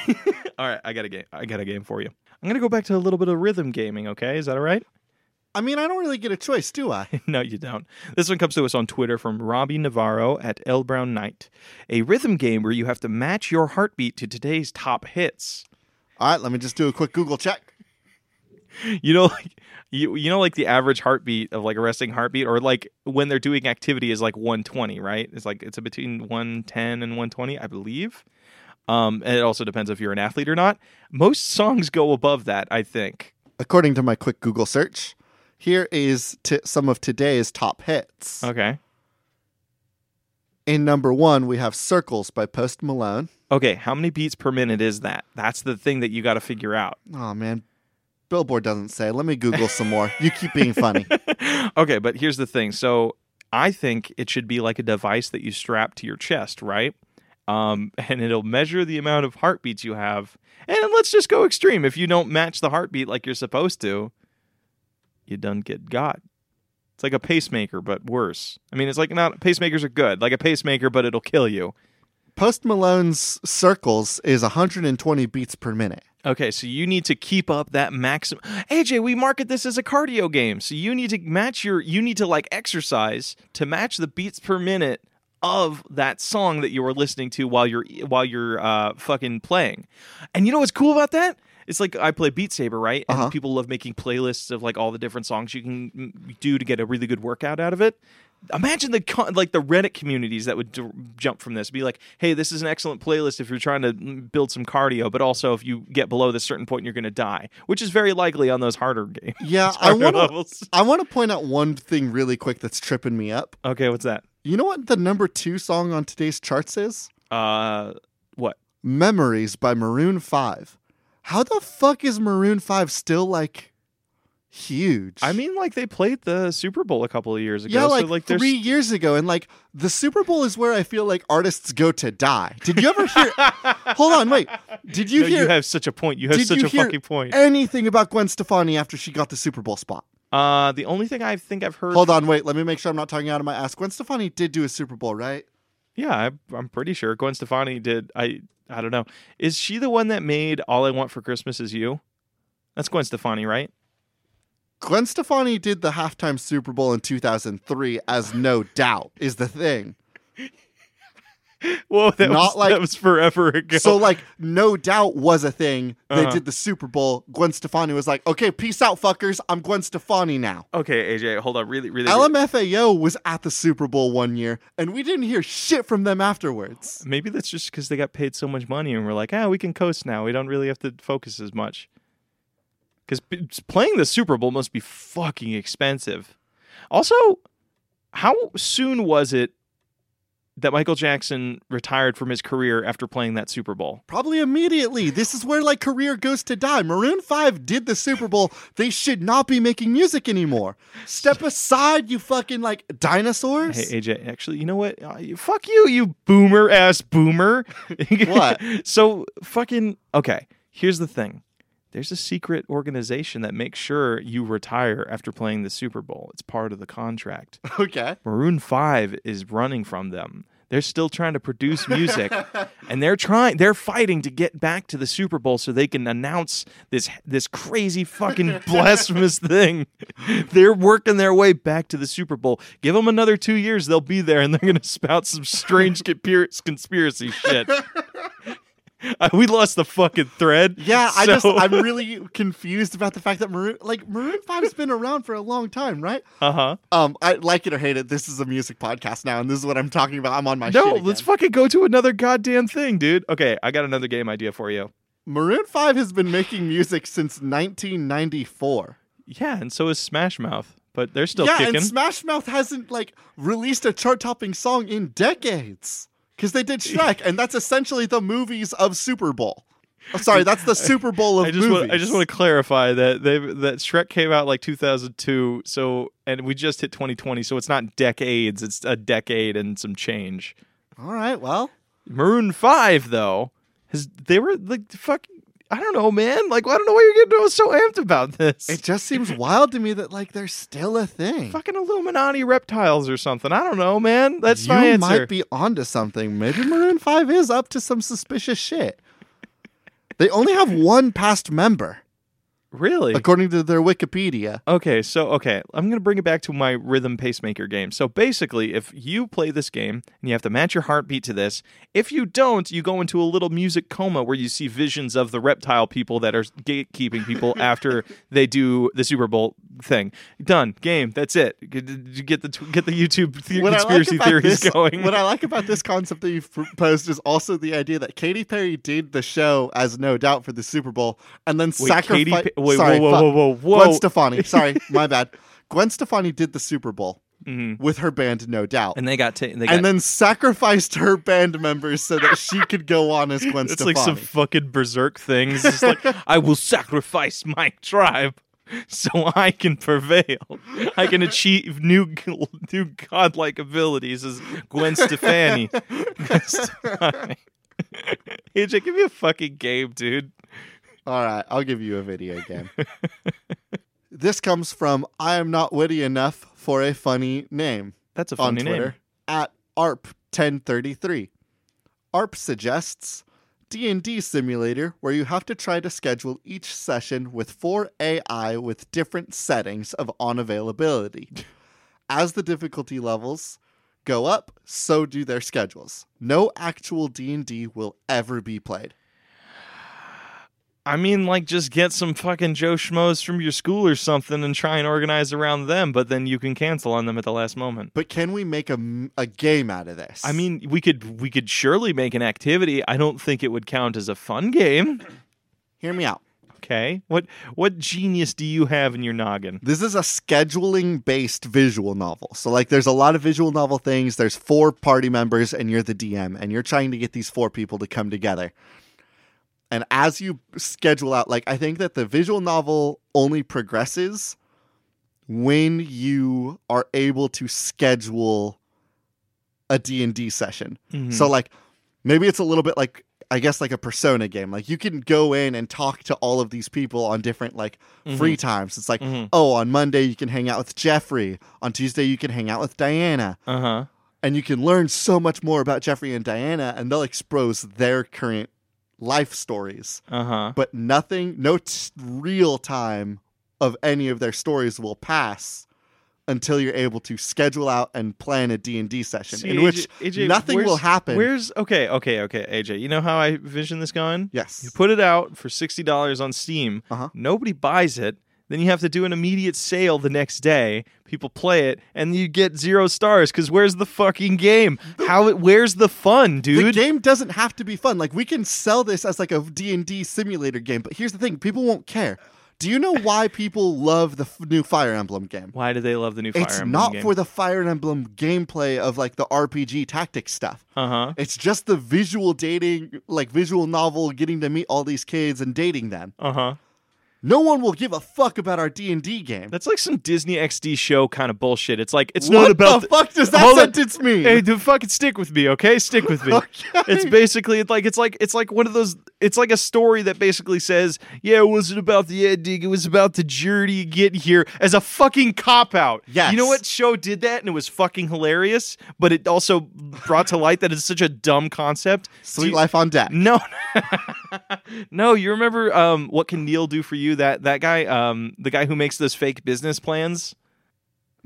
[SPEAKER 2] All right, I got a game. I got a game for you. I'm gonna go back to a little bit of rhythm gaming. Okay, is that all right?
[SPEAKER 1] I mean, I don't really get a choice, do I?
[SPEAKER 2] no, you don't. This one comes to us on Twitter from Robbie Navarro at L Brown Knight. A rhythm game where you have to match your heartbeat to today's top hits.
[SPEAKER 1] All right, let me just do a quick Google check.
[SPEAKER 2] You know, like you you know, like the average heartbeat of like a resting heartbeat, or like when they're doing activity is like 120, right? It's like it's between 110 and 120, I believe. Um, and it also depends if you're an athlete or not. Most songs go above that, I think.
[SPEAKER 1] According to my quick Google search, here is t- some of today's top hits.
[SPEAKER 2] Okay.
[SPEAKER 1] In number one, we have Circles by Post Malone.
[SPEAKER 2] Okay, how many beats per minute is that? That's the thing that you got to figure out.
[SPEAKER 1] Oh, man. Billboard doesn't say. Let me Google some more. You keep being funny.
[SPEAKER 2] okay, but here's the thing. So I think it should be like a device that you strap to your chest, right? Um, and it'll measure the amount of heartbeats you have. And let's just go extreme. If you don't match the heartbeat like you're supposed to, you done get got. It's like a pacemaker, but worse. I mean, it's like not pacemakers are good, like a pacemaker, but it'll kill you.
[SPEAKER 1] Post Malone's Circles is 120 beats per minute.
[SPEAKER 2] Okay, so you need to keep up that maximum. AJ, we market this as a cardio game, so you need to match your. You need to like exercise to match the beats per minute of that song that you were listening to while you're while you're uh, fucking playing. And you know what's cool about that? It's like I play Beat Saber, right? And
[SPEAKER 1] Uh-huh.
[SPEAKER 2] people love making playlists of like all the different songs you can mm, do to get a really good workout out of it. Imagine the con- like the Reddit communities that would d- jump from this. Be like, hey, this is an excellent playlist if you're trying to mm, build some cardio, but also if you get below this certain point, you're going to die, which is very likely on those harder games.
[SPEAKER 1] Yeah, I
[SPEAKER 2] harder
[SPEAKER 1] want to
[SPEAKER 2] levels.
[SPEAKER 1] I want to point out one thing really quick that's tripping me up.
[SPEAKER 2] Okay, what's that?
[SPEAKER 1] You know what the number 2 song on today's charts is?
[SPEAKER 2] Uh, what?
[SPEAKER 1] Memories by Maroon 5. How the fuck is Maroon 5 still like huge?
[SPEAKER 2] I mean, like they played the Super Bowl a couple of years ago.
[SPEAKER 1] yeah, like,
[SPEAKER 2] so, like there's-
[SPEAKER 1] three years ago, and like the Super Bowl is where I feel like artists go to die. Did you ever hear? hold on, wait. Did you
[SPEAKER 2] No,
[SPEAKER 1] hear
[SPEAKER 2] you have such a point. You have
[SPEAKER 1] Did
[SPEAKER 2] such
[SPEAKER 1] you
[SPEAKER 2] a
[SPEAKER 1] hear
[SPEAKER 2] fucking point.
[SPEAKER 1] anything about Gwen Stefani after she got the Super Bowl spot?
[SPEAKER 2] Uh, the only thing I think I've heard.
[SPEAKER 1] Hold on, wait. Let me make sure I'm not talking out of my ass. Gwen Stefani did do a Super Bowl, right?
[SPEAKER 2] Yeah, I, I'm pretty sure Gwen Stefani did. I I don't know. Is she the one that made "All I Want for Christmas Is You"? That's Gwen Stefani, right?
[SPEAKER 1] Gwen Stefani did the halftime Super Bowl in 2003, as no doubt is the thing.
[SPEAKER 2] Whoa, that
[SPEAKER 1] Not
[SPEAKER 2] was,
[SPEAKER 1] like-
[SPEAKER 2] that was forever ago.
[SPEAKER 1] So, like, no doubt was a thing. They
[SPEAKER 2] Uh-huh.
[SPEAKER 1] did the Super Bowl. Gwen Stefani was like, okay, peace out, fuckers. I'm Gwen Stefani now.
[SPEAKER 2] okay, AJ, hold on, really, really.
[SPEAKER 1] LMFAO was at the Super Bowl one year, and we didn't hear shit from them afterwards.
[SPEAKER 2] Maybe that's just because they got paid so much money and we're like, ah, we can coast now. We don't really have to focus as much. Because playing the Super Bowl must be fucking expensive. Also, how soon was it that Michael Jackson retired from his career after playing that Super Bowl?
[SPEAKER 1] Probably immediately. This is where like career goes to die. Maroon 5 did the Super Bowl. They should not be making music anymore. Step aside, you fucking like dinosaurs.
[SPEAKER 2] Hey AJ, actually, you know what? Uh, you- fuck you, you boomer ass boomer.
[SPEAKER 1] What?
[SPEAKER 2] so fucking okay. Here's the thing there's a secret organization that makes sure you retire after playing the Super Bowl, it's part of the contract.
[SPEAKER 1] Okay.
[SPEAKER 2] Maroon 5 is running from them. They're still trying to produce music and they're trying they're fighting to get back to the Super Bowl so they can announce this this crazy fucking blasphemous thing. They're working their way back to the Super Bowl. Give them another 2 years, they'll be there and they're going to spout some strange conspir- conspiracy shit. Uh, we lost the fucking thread.
[SPEAKER 1] Yeah, I
[SPEAKER 2] so-
[SPEAKER 1] just I'm really confused about the fact that Maroon like Maroon 5's been around for a long time, right?
[SPEAKER 2] uh-huh.
[SPEAKER 1] Um I like it or hate it, this is a music podcast now and this is what I'm talking about. I'm on my shit
[SPEAKER 2] No,
[SPEAKER 1] again.
[SPEAKER 2] let's fucking go to another goddamn thing, dude. Okay, I got another game idea for you.
[SPEAKER 1] Maroon 5 has been making music since 1994.
[SPEAKER 2] Yeah, and so is Smash Mouth, but they're still
[SPEAKER 1] yeah,
[SPEAKER 2] kicking.
[SPEAKER 1] and Smash Mouth hasn't like released a chart-topping song in decades because they did Shrek, and that's essentially the movies of Super Bowl. I'm sorry, that's the Super Bowl of
[SPEAKER 2] I just
[SPEAKER 1] movies.
[SPEAKER 2] want I just want to clarify that they that Shrek came out like 2002, so and we just hit 2020, so it's not decades, it's a decade and some change.
[SPEAKER 1] All right, well,
[SPEAKER 2] Maroon 5 though, has they were like fuck I don't know, man. Like I don't know why you're getting so amped about this.
[SPEAKER 1] it just seems wild to me that like they're still a thing.
[SPEAKER 2] fucking Illuminati reptiles or something. I don't know, man. That's
[SPEAKER 1] you
[SPEAKER 2] my answer.
[SPEAKER 1] might be onto something. Maybe Maroon Five is up to some suspicious shit. They only have one past member,
[SPEAKER 2] really?
[SPEAKER 1] according to their Wikipedia.
[SPEAKER 2] Okay, so okay, I'm gonna bring it back to my rhythm pacemaker game. So basically, if you play this game and you have to match your heartbeat to this, if you don't, you go into a little music coma where you see visions of the reptile people that are gatekeeping people after they do the Super Bowl thing. Done. Game. That's it. Get get the get the YouTube the-
[SPEAKER 1] What I like
[SPEAKER 2] conspiracy
[SPEAKER 1] about
[SPEAKER 2] theories
[SPEAKER 1] this-
[SPEAKER 2] going.
[SPEAKER 1] What I like about this concept that you've proposed is also the idea that Katy Perry did the show as No Doubt for the Super Bowl, and then
[SPEAKER 2] Wait, Katy
[SPEAKER 1] sacrificed.
[SPEAKER 2] Pe- wait,
[SPEAKER 1] sorry,
[SPEAKER 2] whoa, whoa,
[SPEAKER 1] fuck.
[SPEAKER 2] whoa, whoa, whoa.
[SPEAKER 1] Gwen Stefani. Sorry, my bad. Gwen Stefani did the Super Bowl
[SPEAKER 2] Mhm.
[SPEAKER 1] with her band No Doubt, and,
[SPEAKER 2] And they got ta- they got
[SPEAKER 1] then sacrificed her band members so that she could go on as Gwen
[SPEAKER 2] It's
[SPEAKER 1] Stefani.
[SPEAKER 2] like some fucking berserk things. It's like I will sacrifice my tribe so I can prevail. I can achieve new new godlike abilities as Gwen Stefani. Gwen Stefani. AJ, give me a fucking game, dude.
[SPEAKER 1] All right, I'll give you a video game. this comes from I am not witty enough for a funny name.
[SPEAKER 2] That's a
[SPEAKER 1] on
[SPEAKER 2] funny
[SPEAKER 1] Twitter
[SPEAKER 2] name.
[SPEAKER 1] at ARP1033. ARP suggests D&D simulator where you have to try to schedule each session with 4 AI with different settings of unavailability. As the difficulty levels go up, so do their schedules. No actual D&D will ever be played.
[SPEAKER 2] I mean, like, just get some fucking Joe Schmoes from your school or something and try and organize around them, but then you can cancel on them at the last moment.
[SPEAKER 1] But can we make a, m- a game out of this?
[SPEAKER 2] I mean, we could we could surely make an activity. I don't think it would count as a fun game.
[SPEAKER 1] hear me out.
[SPEAKER 2] Okay. What what genius do you have in your noggin?
[SPEAKER 1] This is a scheduling based visual novel. So, like, there's a lot of visual novel things. There's four party members, and you're the DM, and you're trying to get these four people to come together. And as you schedule out, like, I think that the visual novel only progresses when you are able to schedule a D&D session.
[SPEAKER 2] Mm-hmm. Hmm.
[SPEAKER 1] So, like, maybe it's a little bit like, I guess, like a persona game. Like, you can go in and talk to all of these people on different, like,
[SPEAKER 2] Mm-hmm.
[SPEAKER 1] free times. It's like, oh, on Monday you can hang out with Jeffrey. On Tuesday you can hang out with Diana.
[SPEAKER 2] Uh huh.
[SPEAKER 1] And you can learn so much more about Jeffrey and Diana, and they'll expose their current life stories.
[SPEAKER 2] Uh huh.
[SPEAKER 1] But nothing, no t- real time of any of their stories will pass until you're able to schedule out and plan a D&D session in which nothing will happen.
[SPEAKER 2] Where's okay? Okay. Okay. AJ, you know how I vision this going?
[SPEAKER 1] yes.
[SPEAKER 2] You put it out for sixty dollars on Steam.
[SPEAKER 1] Uh-huh.
[SPEAKER 2] Nobody buys it. Then you have to do an immediate sale the next day. People play it, and you get zero stars because where's the fucking game? How? it? Where's the fun,
[SPEAKER 1] The
[SPEAKER 2] dude?
[SPEAKER 1] game doesn't have to be fun. Like we can sell this as like a D&D simulator game, but here's the thing, people won't care. Do you know why people love the f- new Fire Emblem game?
[SPEAKER 2] Why do they love the new Fire
[SPEAKER 1] it's
[SPEAKER 2] Emblem
[SPEAKER 1] not
[SPEAKER 2] game?
[SPEAKER 1] for the Fire Emblem gameplay of like the RPG tactic stuff.
[SPEAKER 2] Uh huh.
[SPEAKER 1] It's just the visual dating, like visual novel, getting to meet all these kids and dating them.
[SPEAKER 2] Uh huh.
[SPEAKER 1] No one will give a fuck about our D and D game.
[SPEAKER 2] That's like some Disney XD show kind of bullshit. It's like it's
[SPEAKER 1] what
[SPEAKER 2] not about
[SPEAKER 1] the fuck does that
[SPEAKER 2] Hold on.
[SPEAKER 1] sentence mean?
[SPEAKER 2] Hey, dude, fucking stick with me, okay? Stick with me.
[SPEAKER 1] Okay.
[SPEAKER 2] It's basically it's like it's like it's like one of those. It's like a story that basically says, "Yeah, it wasn't about the ending. It was about the journey to get here." As a fucking cop out.
[SPEAKER 1] Yes.
[SPEAKER 2] You know what show did that, and it was fucking hilarious. But it also brought to light that it's such a dumb concept. Do
[SPEAKER 1] Sweet
[SPEAKER 2] you-
[SPEAKER 1] life on deck.
[SPEAKER 2] No, no. You remember um, what can Neil do for you? That that guy, um, the guy who makes those fake business plans.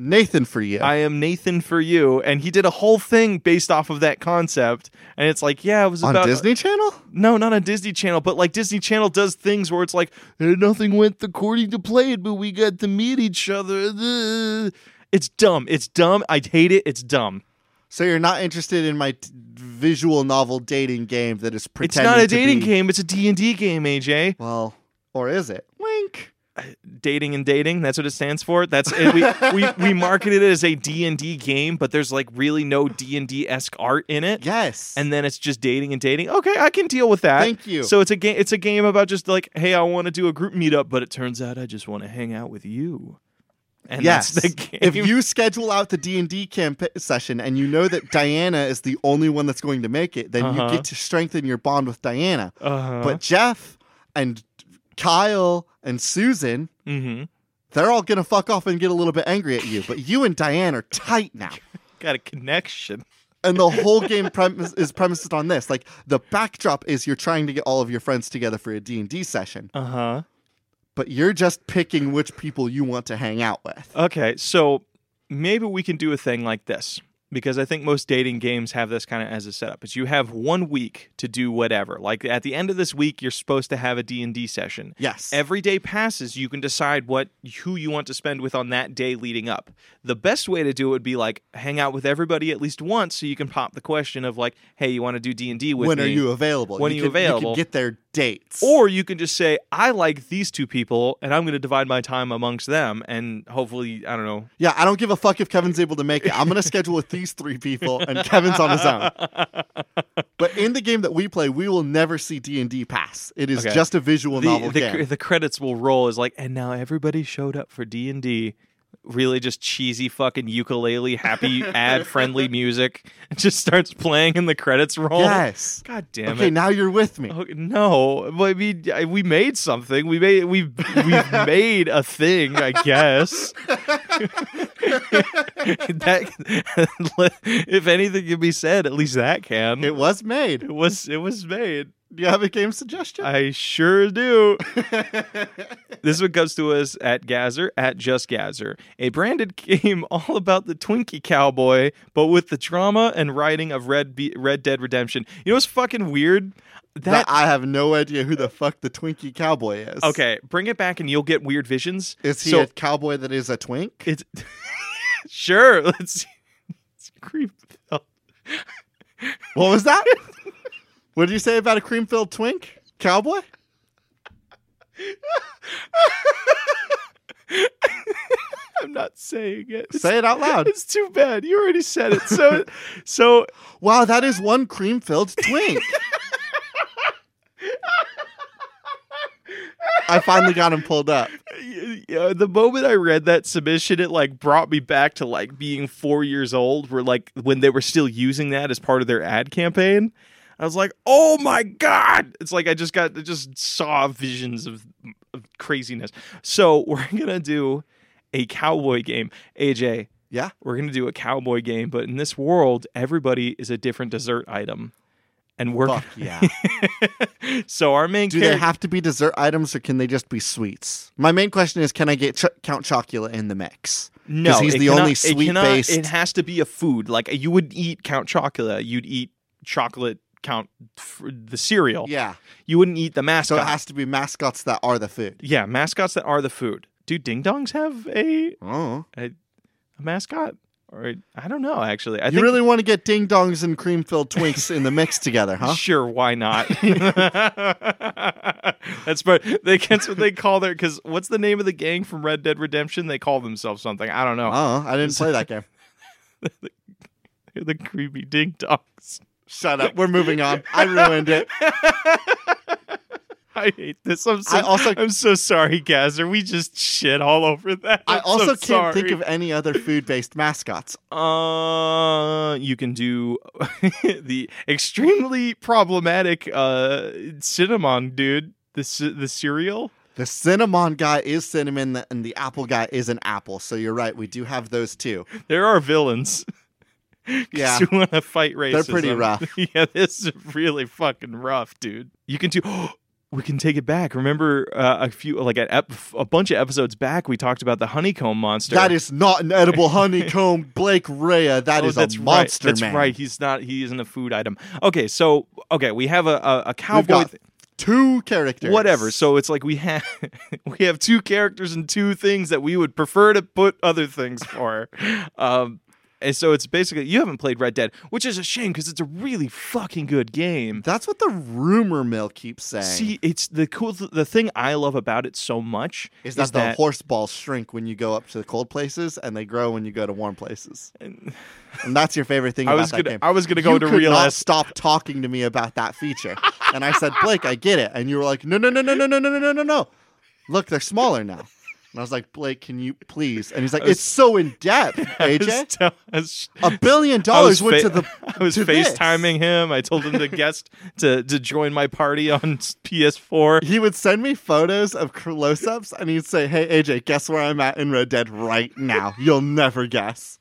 [SPEAKER 1] Nathan for you.
[SPEAKER 2] I am Nathan for you, and he did a whole thing based off of that concept. And it's like, yeah, it was
[SPEAKER 1] on
[SPEAKER 2] about
[SPEAKER 1] Disney Channel?
[SPEAKER 2] No, not on Disney Channel, but like Disney Channel does things where it's like "Eh, nothing went according to plan, but we got to meet each other. Ugh. It's dumb. It's dumb. I hate it. It's dumb.
[SPEAKER 1] So you're not interested in my t- visual novel dating game that is
[SPEAKER 2] It's
[SPEAKER 1] pretending
[SPEAKER 2] not
[SPEAKER 1] to
[SPEAKER 2] a dating
[SPEAKER 1] be-
[SPEAKER 2] game. It's a D and D game, AJ.
[SPEAKER 1] Well, or is it? Wink.
[SPEAKER 2] dating and dating that's what it stands for that's it, we, we we marketed it as a d&d game but there's like really no d&d-esque art in it
[SPEAKER 1] Yes.
[SPEAKER 2] and then it's just dating and dating okay i can deal with that
[SPEAKER 1] Thank you.
[SPEAKER 2] so it's a game it's a game about just like hey i want to do a group meetup but it turns out i just want to hang out with you and
[SPEAKER 1] yes.
[SPEAKER 2] that's the game
[SPEAKER 1] If you schedule out the D and D camp uh, session and you know that Diana is the only one that's going to make it, then
[SPEAKER 2] Uh-huh.
[SPEAKER 1] you get to strengthen your bond with Diana.
[SPEAKER 2] uh-huh.
[SPEAKER 1] But Jeff and Kyle and Susan,
[SPEAKER 2] hmm
[SPEAKER 1] they're all gonna fuck off and get a little bit angry at you. But you and Diane are tight now.
[SPEAKER 2] got a connection
[SPEAKER 1] and the whole game premise is premised on this like the backdrop is you're trying to get all of your friends together for a d&d session
[SPEAKER 2] uh-huh
[SPEAKER 1] but you're just picking which people you want to hang out with
[SPEAKER 2] Okay, so maybe we can do a thing like this because I think most dating games have this kind of as a setup. Is you have one week to do whatever. Like at the end of this week, you're supposed to have a D and D session.
[SPEAKER 1] yes
[SPEAKER 2] Every day passes, you can decide what who you want to spend with on that day leading up. The best way to do it would be like hang out with everybody at least once, so you can pop the question of like, "Hey, you want to do D and D with
[SPEAKER 1] when
[SPEAKER 2] me?"
[SPEAKER 1] are you available
[SPEAKER 2] When are you
[SPEAKER 1] can,
[SPEAKER 2] available?
[SPEAKER 1] you can get their dates
[SPEAKER 2] Or you can just say, "I like these two people, and I'm going to divide my time amongst them, and hopefully, I don't know,
[SPEAKER 1] yeah i don't give a fuck if kevin's able to make it i'm gonna schedule with these three people and kevin's on his own but in the game that we play we will never see d&d pass it is
[SPEAKER 2] Okay.
[SPEAKER 1] just a visual novel
[SPEAKER 2] the,
[SPEAKER 1] game
[SPEAKER 2] the credits will roll is like and now everybody showed up for d&d really just cheesy fucking ukulele happy ad friendly music just starts playing and the credits roll
[SPEAKER 1] yes
[SPEAKER 2] god damn
[SPEAKER 1] okay
[SPEAKER 2] it
[SPEAKER 1] now you're with me
[SPEAKER 2] Oh, no but i mean I- we made something we made we we made a thing i guess that if anything can be said at least that can
[SPEAKER 1] it was made
[SPEAKER 2] it was it was made
[SPEAKER 1] do you have a game suggestion
[SPEAKER 2] i sure do This one comes to us at Gazer, at Just Gazer. A branded game all about the Twinkie Cowboy, but with the drama and writing of Red, Be- Red Dead Redemption. You know what's fucking weird?
[SPEAKER 1] that
[SPEAKER 2] That.
[SPEAKER 1] I have no idea who the fuck the Twinkie cowboy is.
[SPEAKER 2] okay, bring it back and you'll get weird visions.
[SPEAKER 1] Is he
[SPEAKER 2] So-
[SPEAKER 1] a cowboy that is a twink?
[SPEAKER 2] It's. sure, let's see. It's creep.
[SPEAKER 1] What was that? what did you say about a cream filled twink? Cowboy?
[SPEAKER 2] I'm not saying it. It's,
[SPEAKER 1] Say it out loud.
[SPEAKER 2] it's too bad. You already said it. So, so
[SPEAKER 1] Wow, that is one cream filled twink. I finally got him pulled up.
[SPEAKER 2] Y- y- the moment I read that submission, it like brought me back to like being four years old, where like when they were still using that as part of their ad campaign. I was like, oh my god! It's like I just got I just saw visions of, of craziness. So we're gonna do a cowboy game, AJ.
[SPEAKER 1] Yeah.
[SPEAKER 2] we're gonna do a cowboy game, but in this world, everybody is a different dessert item, and we're
[SPEAKER 1] Fuck yeah.
[SPEAKER 2] so our main
[SPEAKER 1] Do they
[SPEAKER 2] character.
[SPEAKER 1] have to be dessert items or can they just be sweets? My main question is can I get Ch- Count Chocula in the mix?
[SPEAKER 2] No,
[SPEAKER 1] he's
[SPEAKER 2] it
[SPEAKER 1] the
[SPEAKER 2] cannot-
[SPEAKER 1] only
[SPEAKER 2] it
[SPEAKER 1] sweet
[SPEAKER 2] cannot-
[SPEAKER 1] based-
[SPEAKER 2] It has to be a food. Like you would eat Count Chocula, you'd eat chocolate Count f- the cereal.
[SPEAKER 1] Yeah.
[SPEAKER 2] You wouldn't eat the mascot.
[SPEAKER 1] So it has to be mascots that are the food.
[SPEAKER 2] yeah, mascots that are the food. Do ding dongs have a,
[SPEAKER 1] Oh.
[SPEAKER 2] a mascot? Or a- I don't know. Actually, I
[SPEAKER 1] you
[SPEAKER 2] think
[SPEAKER 1] really want to get ding dongs and cream filled twinks in the mix together, huh?
[SPEAKER 2] Sure, why not? that's part. They, that's what they call their. Because what's the name of the gang from Red Dead Redemption? They call themselves something. I don't know.
[SPEAKER 1] Oh, I didn't play that game.
[SPEAKER 2] They're the creepy ding dongs.
[SPEAKER 1] Shut up. We're moving on. I ruined it.
[SPEAKER 2] I hate this. I'm so,
[SPEAKER 1] I also-
[SPEAKER 2] I'm so sorry, Gazer. We just shit all over that.
[SPEAKER 1] I
[SPEAKER 2] I'm
[SPEAKER 1] also
[SPEAKER 2] so
[SPEAKER 1] can't think of any other food-based mascots.
[SPEAKER 2] Uh, you can do the extremely problematic uh cinnamon dude. The c- the cereal.
[SPEAKER 1] The cinnamon guy is cinnamon, th- and the apple guy is an apple. So you're right. We do have those two.
[SPEAKER 2] There are villains. 'Cause
[SPEAKER 1] Yeah.
[SPEAKER 2] you want to fight
[SPEAKER 1] They're
[SPEAKER 2] racism.
[SPEAKER 1] pretty rough.
[SPEAKER 2] yeah, this is really fucking rough, dude. You can do. we can take it back. Remember uh, a few, like a, ep- a bunch of episodes back, we talked about the honeycomb monster.
[SPEAKER 1] That is not an edible honeycomb, Blake Rhea. That
[SPEAKER 2] Oh,
[SPEAKER 1] is
[SPEAKER 2] that's
[SPEAKER 1] a monster
[SPEAKER 2] Right. That's
[SPEAKER 1] man.
[SPEAKER 2] right. He's not. He isn't a food item. Okay, so okay, we have a a, a cowboy.
[SPEAKER 1] got Two characters.
[SPEAKER 2] Whatever. So it's like we have we have two characters and two things that we would prefer to put other things for. um, and so it's basically you haven't played Red Dead, which is a shame because it's a really fucking good game.
[SPEAKER 1] That's what the rumor mill keeps saying.
[SPEAKER 2] See, it's the cool th- the thing I love about it so much
[SPEAKER 1] is that the horse balls shrink when you go up to the cold places, and they grow when you go to warm places? And that's your favorite thing
[SPEAKER 2] I
[SPEAKER 1] about
[SPEAKER 2] was
[SPEAKER 1] that
[SPEAKER 2] gonna
[SPEAKER 1] game.
[SPEAKER 2] I was gonna go
[SPEAKER 1] you
[SPEAKER 2] to
[SPEAKER 1] could
[SPEAKER 2] real
[SPEAKER 1] not
[SPEAKER 2] S.
[SPEAKER 1] stop talking to me about that feature, and I said, Blake, I get it, and you were like, No, no, no, no, no, no, no, no, no, no, no. Look, they're smaller now. And I was like, Blake, can you please? And he's like,
[SPEAKER 2] I was-
[SPEAKER 1] It's so in depth,
[SPEAKER 2] I was
[SPEAKER 1] AJ.
[SPEAKER 2] tell- I was-
[SPEAKER 1] A billion
[SPEAKER 2] I was
[SPEAKER 1] dollars went
[SPEAKER 2] fa-
[SPEAKER 1] to the.
[SPEAKER 2] I was
[SPEAKER 1] to this.
[SPEAKER 2] FaceTiming him. I told him to guest to to join my party on PS4.
[SPEAKER 1] He would send me photos of close-ups, and he'd say, "Hey AJ, guess where I'm at in Red Dead right now? You'll never guess."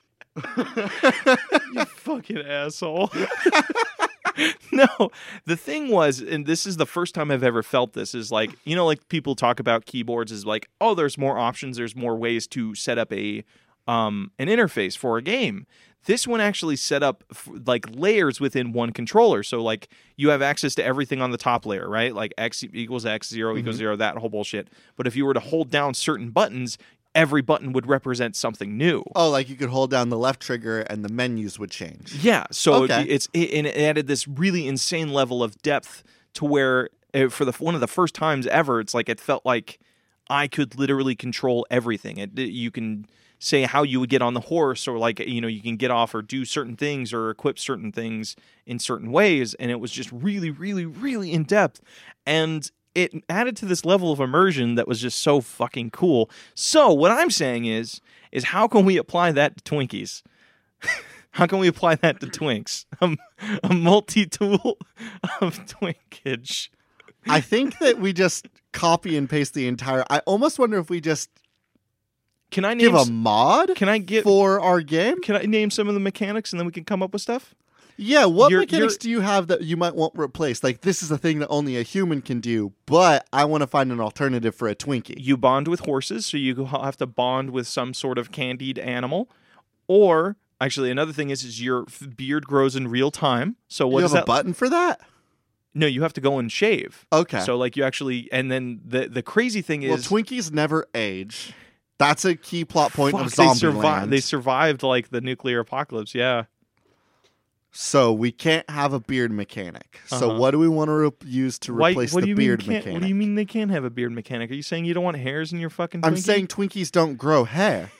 [SPEAKER 2] you fucking asshole. no, the thing was, and this is the first time I've ever felt this, is like, you know, like people talk about keyboards is like, oh, there's more options, there's more ways to set up a um an interface for a game. This one actually set up f- like layers within one controller. So like you have access to everything on the top layer, right? Like X equals X, 0 equals zero, that whole bullshit. But if you were to hold down certain buttons, every button would represent something new.
[SPEAKER 1] Oh, like you could hold down the left trigger and the menus would change.
[SPEAKER 2] Yeah, so it'd
[SPEAKER 1] Okay.
[SPEAKER 2] be- it's it, and it added this really insane level of depth to where uh for the one of the first times ever, it's like it felt like I could literally control everything. It, you can say how you would get on the horse, or like you know you can get off or do certain things or equip certain things in certain ways, and it was just really, really, really in depth and. It added to this level of immersion that was just so fucking cool. So what I'm saying is, is how can we apply that to Twinkies? How can we apply that to Twinks? Um, a multi tool of Twinkage.
[SPEAKER 1] I think that we just copy and paste the entire. I almost wonder if we just
[SPEAKER 2] Can I name?
[SPEAKER 1] give a
[SPEAKER 2] s-
[SPEAKER 1] mod
[SPEAKER 2] Can I get?
[SPEAKER 1] for our game.
[SPEAKER 2] Can I name some of the mechanics and then we can come up with stuff?
[SPEAKER 1] Yeah, what
[SPEAKER 2] You're-
[SPEAKER 1] mechanics
[SPEAKER 2] you're-
[SPEAKER 1] do you have that you might want replaced? Like this is a thing that only a human can do, but I want to find an alternative for a Twinkie.
[SPEAKER 2] You bond with horses, so you have to bond with some sort of candied animal, or actually another thing is is your f- beard grows in real time. So what
[SPEAKER 1] you
[SPEAKER 2] does
[SPEAKER 1] have a
[SPEAKER 2] that?
[SPEAKER 1] button for that?
[SPEAKER 2] no, you have to go and shave.
[SPEAKER 1] Okay.
[SPEAKER 2] So like you actually, and then the the crazy thing
[SPEAKER 1] well,
[SPEAKER 2] is.
[SPEAKER 1] Twinkies never age. That's a key plot point
[SPEAKER 2] fuck,
[SPEAKER 1] of
[SPEAKER 2] they,
[SPEAKER 1] Zombieland.
[SPEAKER 2] survived, they survived like the nuclear apocalypse. Yeah.
[SPEAKER 1] so we can't have a beard mechanic. So
[SPEAKER 2] Uh-huh.
[SPEAKER 1] what do we want to re- use to
[SPEAKER 2] Why-
[SPEAKER 1] replace
[SPEAKER 2] what
[SPEAKER 1] the
[SPEAKER 2] do you
[SPEAKER 1] beard
[SPEAKER 2] mean can't-
[SPEAKER 1] mechanic?
[SPEAKER 2] What do you mean they can't have a beard mechanic? Are you saying you don't want hairs in your fucking?
[SPEAKER 1] I'm
[SPEAKER 2] Twinkie?
[SPEAKER 1] saying Twinkies don't grow hair.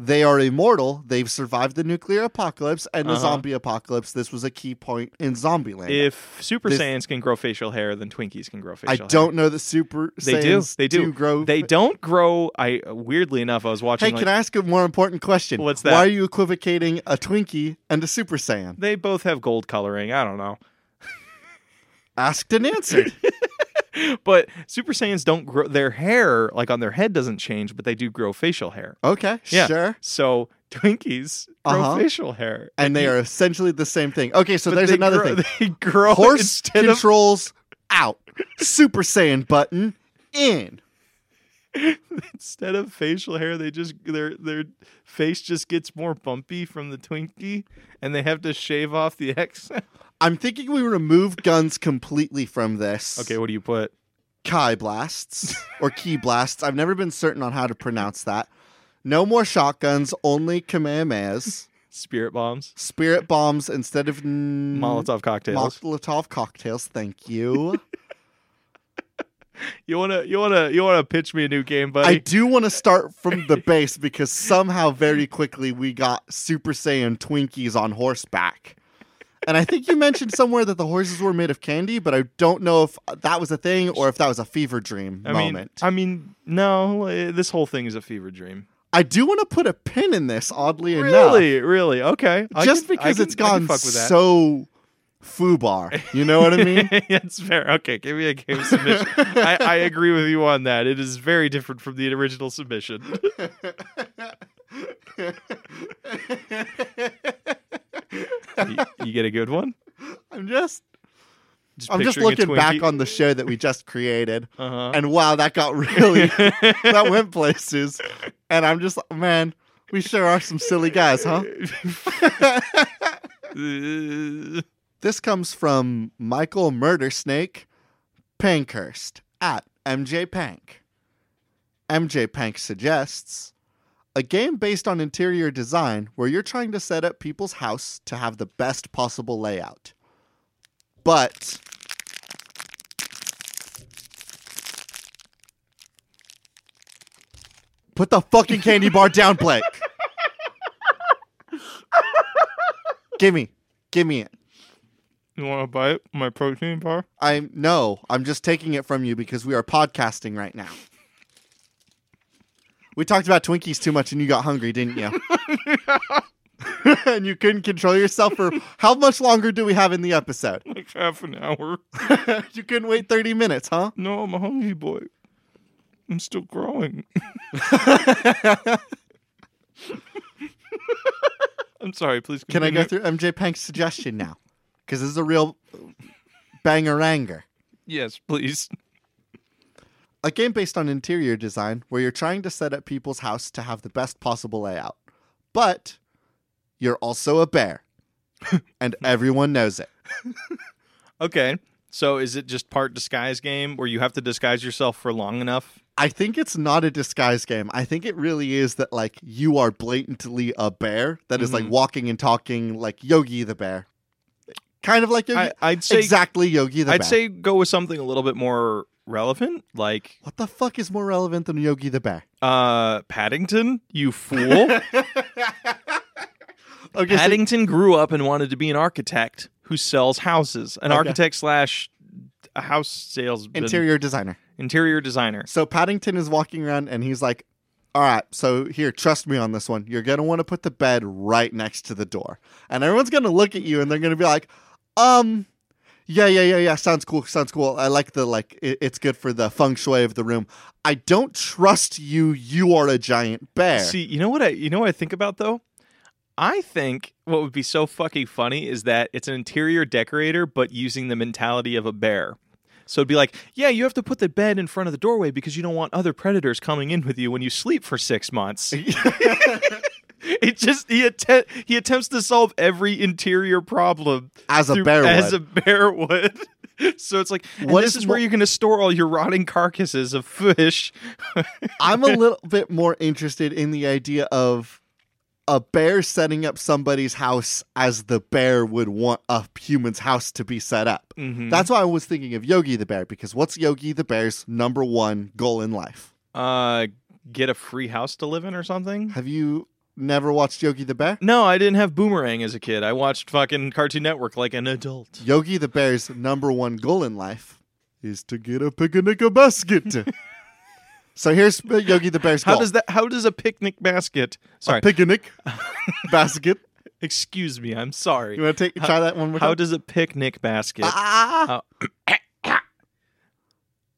[SPEAKER 1] They are immortal. They've survived the nuclear apocalypse and the
[SPEAKER 2] Uh-huh.
[SPEAKER 1] zombie apocalypse. This was a key point in Zombieland.
[SPEAKER 2] if Super
[SPEAKER 1] This-
[SPEAKER 2] Saiyans can grow facial hair, then Twinkies can grow
[SPEAKER 1] I
[SPEAKER 2] facial.
[SPEAKER 1] don't know that Super
[SPEAKER 2] Hair. They do.
[SPEAKER 1] Saiyans
[SPEAKER 2] They do.
[SPEAKER 1] grow.
[SPEAKER 2] They don't grow. I weirdly enough, I was
[SPEAKER 1] hey,
[SPEAKER 2] watching. like,
[SPEAKER 1] can I ask a more important question?
[SPEAKER 2] What's
[SPEAKER 1] Why
[SPEAKER 2] that?
[SPEAKER 1] are you equivocating a Twinkie and a Super Saiyan?
[SPEAKER 2] They both have gold coloring. I don't know,
[SPEAKER 1] Asked and answered.
[SPEAKER 2] but Super Saiyans don't grow their hair like on their head doesn't change, but they do grow facial hair.
[SPEAKER 1] okay,
[SPEAKER 2] Yeah.
[SPEAKER 1] sure.
[SPEAKER 2] So Twinkies grow
[SPEAKER 1] Uh-huh.
[SPEAKER 2] facial hair,
[SPEAKER 1] And they
[SPEAKER 2] you-
[SPEAKER 1] are essentially the same thing. Okay, so
[SPEAKER 2] but
[SPEAKER 1] there's
[SPEAKER 2] they
[SPEAKER 1] another
[SPEAKER 2] grow-
[SPEAKER 1] thing.
[SPEAKER 2] They grow
[SPEAKER 1] Horse
[SPEAKER 2] instead of
[SPEAKER 1] controls out. Super Saiyan button in.
[SPEAKER 2] instead of facial hair, they just their their face just gets more bumpy from the Twinkie, and they have to shave off the excess.
[SPEAKER 1] I'm thinking we remove guns completely from this.
[SPEAKER 2] Okay, what do you put?
[SPEAKER 1] Kai blasts or key blasts. I've never been certain on how to pronounce that. No more shotguns, only Kamehamehas.
[SPEAKER 2] Spirit bombs,
[SPEAKER 1] Spirit bombs instead of n-
[SPEAKER 2] Molotov cocktails.
[SPEAKER 1] Molotov cocktails. Thank you.
[SPEAKER 2] you wanna you wanna you wanna pitch me a new game,
[SPEAKER 1] I
[SPEAKER 2] buddy?
[SPEAKER 1] do want to start from the base because somehow very quickly we got Super Saiyan Twinkies on horseback. And I think you mentioned somewhere that the horses were made of candy, but I don't know if that was a thing or if that was a fever dream
[SPEAKER 2] I mean,
[SPEAKER 1] moment.
[SPEAKER 2] I mean, no, eh, this whole thing is a fever dream.
[SPEAKER 1] I do want to put a pin in this, oddly enough.
[SPEAKER 2] Really, really, okay. I
[SPEAKER 1] Just
[SPEAKER 2] can- I
[SPEAKER 1] because
[SPEAKER 2] can-
[SPEAKER 1] it's
[SPEAKER 2] I can
[SPEAKER 1] gone
[SPEAKER 2] fuck with that.
[SPEAKER 1] so foobar. You know what I mean?
[SPEAKER 2] That's fair. Okay, give me a game submission. I, I agree with you on that. It is very different from the original submission. you, you get a good one.
[SPEAKER 1] I'm just
[SPEAKER 2] Just
[SPEAKER 1] I'm just
[SPEAKER 2] picturing
[SPEAKER 1] looking
[SPEAKER 2] a
[SPEAKER 1] back
[SPEAKER 2] Twinkie.
[SPEAKER 1] on the show that we just created.
[SPEAKER 2] Uh-huh.
[SPEAKER 1] And wow, that got really that went places. And I'm just like, man, we sure are some silly guys, huh?
[SPEAKER 2] Uh,
[SPEAKER 1] This comes from Michael Murdersnake Pankhurst at MJ Pank. MJ Pank suggests a game based on interior design where you're trying to set up people's house to have the best possible layout. But put the fucking candy bar down, Blake. gimme, gimme it.
[SPEAKER 2] you want to bite my protein bar?
[SPEAKER 1] I'm no, I'm just taking it from you because we are podcasting right now. We talked about Twinkies too much and you got hungry, didn't you? and you couldn't control yourself for how much longer do we have in the episode?
[SPEAKER 2] Like half an hour.
[SPEAKER 1] you couldn't wait 30 minutes, huh?
[SPEAKER 2] No, I'm a hungry boy. I'm still growing. I'm sorry. Please
[SPEAKER 1] Can I
[SPEAKER 2] continue.
[SPEAKER 1] go through MJ Pank's suggestion now? Because this is a real bangeranger.
[SPEAKER 2] Yes, please.
[SPEAKER 1] A game based on interior design where you're trying to set up people's house to have the best possible layout. But you're also a bear. and everyone knows it.
[SPEAKER 2] Okay. So is it just part disguise game where you have to disguise yourself for long enough?
[SPEAKER 1] I think it's not a disguise game. I think it really is that like you are blatantly a bear that is
[SPEAKER 2] Mhm.
[SPEAKER 1] like walking and talking like Yogi the bear. Kind of like Yogi
[SPEAKER 2] I, I'd say
[SPEAKER 1] exactly Yogi the
[SPEAKER 2] I'd
[SPEAKER 1] bear.
[SPEAKER 2] say go with something a little bit more relevant, like
[SPEAKER 1] what the fuck is more relevant than Yogi the bear?
[SPEAKER 2] uh Paddington, you fool.
[SPEAKER 1] Okay, so-
[SPEAKER 2] Paddington grew up and wanted to be an architect who sells houses. An
[SPEAKER 1] Okay.
[SPEAKER 2] architect slash a house salesman.
[SPEAKER 1] interior designer.
[SPEAKER 2] interior designer.
[SPEAKER 1] So Paddington is walking around and he's like, all right, so here, trust me on this one. You're going to want to put the bed right next to the door. And everyone's going to look at you and they're going to be like, um, yeah, yeah, yeah, yeah. Sounds cool. Sounds cool. I like the, like, it, it's good for the feng shui of the room. I don't trust you. You are a giant bear.
[SPEAKER 2] See, you know what I you know what I think about though? I think what would be so fucking funny is that it's an interior decorator but using the mentality of a bear. So it'd be like, yeah, you have to put the bed in front of the doorway because you don't want other predators coming in with you when you sleep for 6 months. It just he atte- he attempts to solve every interior problem
[SPEAKER 1] as a
[SPEAKER 2] through-
[SPEAKER 1] bear
[SPEAKER 2] as
[SPEAKER 1] would.
[SPEAKER 2] a bear would. So it's like, and
[SPEAKER 1] What
[SPEAKER 2] this
[SPEAKER 1] is
[SPEAKER 2] is where
[SPEAKER 1] mo-
[SPEAKER 2] you're going to store all your rotting carcasses of fish.
[SPEAKER 1] I'm a little bit more interested in the idea of a bear setting up somebody's house as the bear would want a human's house to be set up.
[SPEAKER 2] Mhm.
[SPEAKER 1] That's why I was thinking of Yogi the Bear because what's Yogi the Bear's number one goal in life?
[SPEAKER 2] uh, get a free house to live in or something.
[SPEAKER 1] Have you never watched Yogi the Bear?
[SPEAKER 2] No, I didn't have Boomerang as a kid. I watched fucking Cartoon Network like an adult.
[SPEAKER 1] Yogi the Bear's number one goal in life is to get a picnic a basket. so here's uh, Yogi the Bear's
[SPEAKER 2] How
[SPEAKER 1] goal.
[SPEAKER 2] does that? How does a picnic basket? Sorry,
[SPEAKER 1] a picnic basket?
[SPEAKER 2] excuse me. I'm sorry.
[SPEAKER 1] You want to take try that one more
[SPEAKER 2] How
[SPEAKER 1] time?
[SPEAKER 2] does a picnic basket?
[SPEAKER 1] Ah!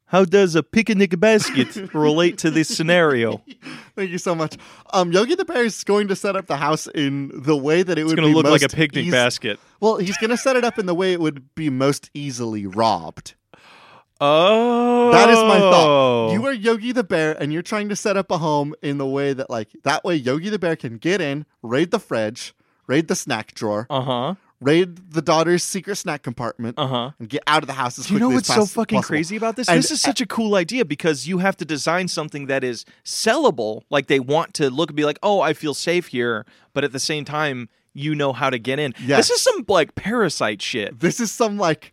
[SPEAKER 2] How does a picnic basket relate to this scenario?
[SPEAKER 1] Thank you so much. Um, Yogi the Bear is going to set up the house in the way that it
[SPEAKER 2] It's
[SPEAKER 1] would
[SPEAKER 2] gonna
[SPEAKER 1] be
[SPEAKER 2] look like a
[SPEAKER 1] most
[SPEAKER 2] picnic
[SPEAKER 1] eas-
[SPEAKER 2] basket.
[SPEAKER 1] Well, he's going to set it up in the way it would be most easily robbed.
[SPEAKER 2] Oh,
[SPEAKER 1] That is my thought. You are Yogi the Bear, and you're trying to set up a home in the way that, like, that way Yogi the Bear can get in, raid the fridge, raid the snack drawer,
[SPEAKER 2] Uh huh.
[SPEAKER 1] raid the daughter's secret snack compartment,
[SPEAKER 2] Uh huh.
[SPEAKER 1] and get out of the house as
[SPEAKER 2] Do you
[SPEAKER 1] quickly
[SPEAKER 2] know
[SPEAKER 1] as
[SPEAKER 2] what's so
[SPEAKER 1] poss-
[SPEAKER 2] fucking
[SPEAKER 1] possible.
[SPEAKER 2] crazy about this?
[SPEAKER 1] And-
[SPEAKER 2] this is such a cool idea because you have to design something that is sellable. Like they want to look and be like, "Oh, I feel safe here," but at the same time, you know how to get in. This
[SPEAKER 1] Yes.
[SPEAKER 2] is some like parasite shit.
[SPEAKER 1] This is some like,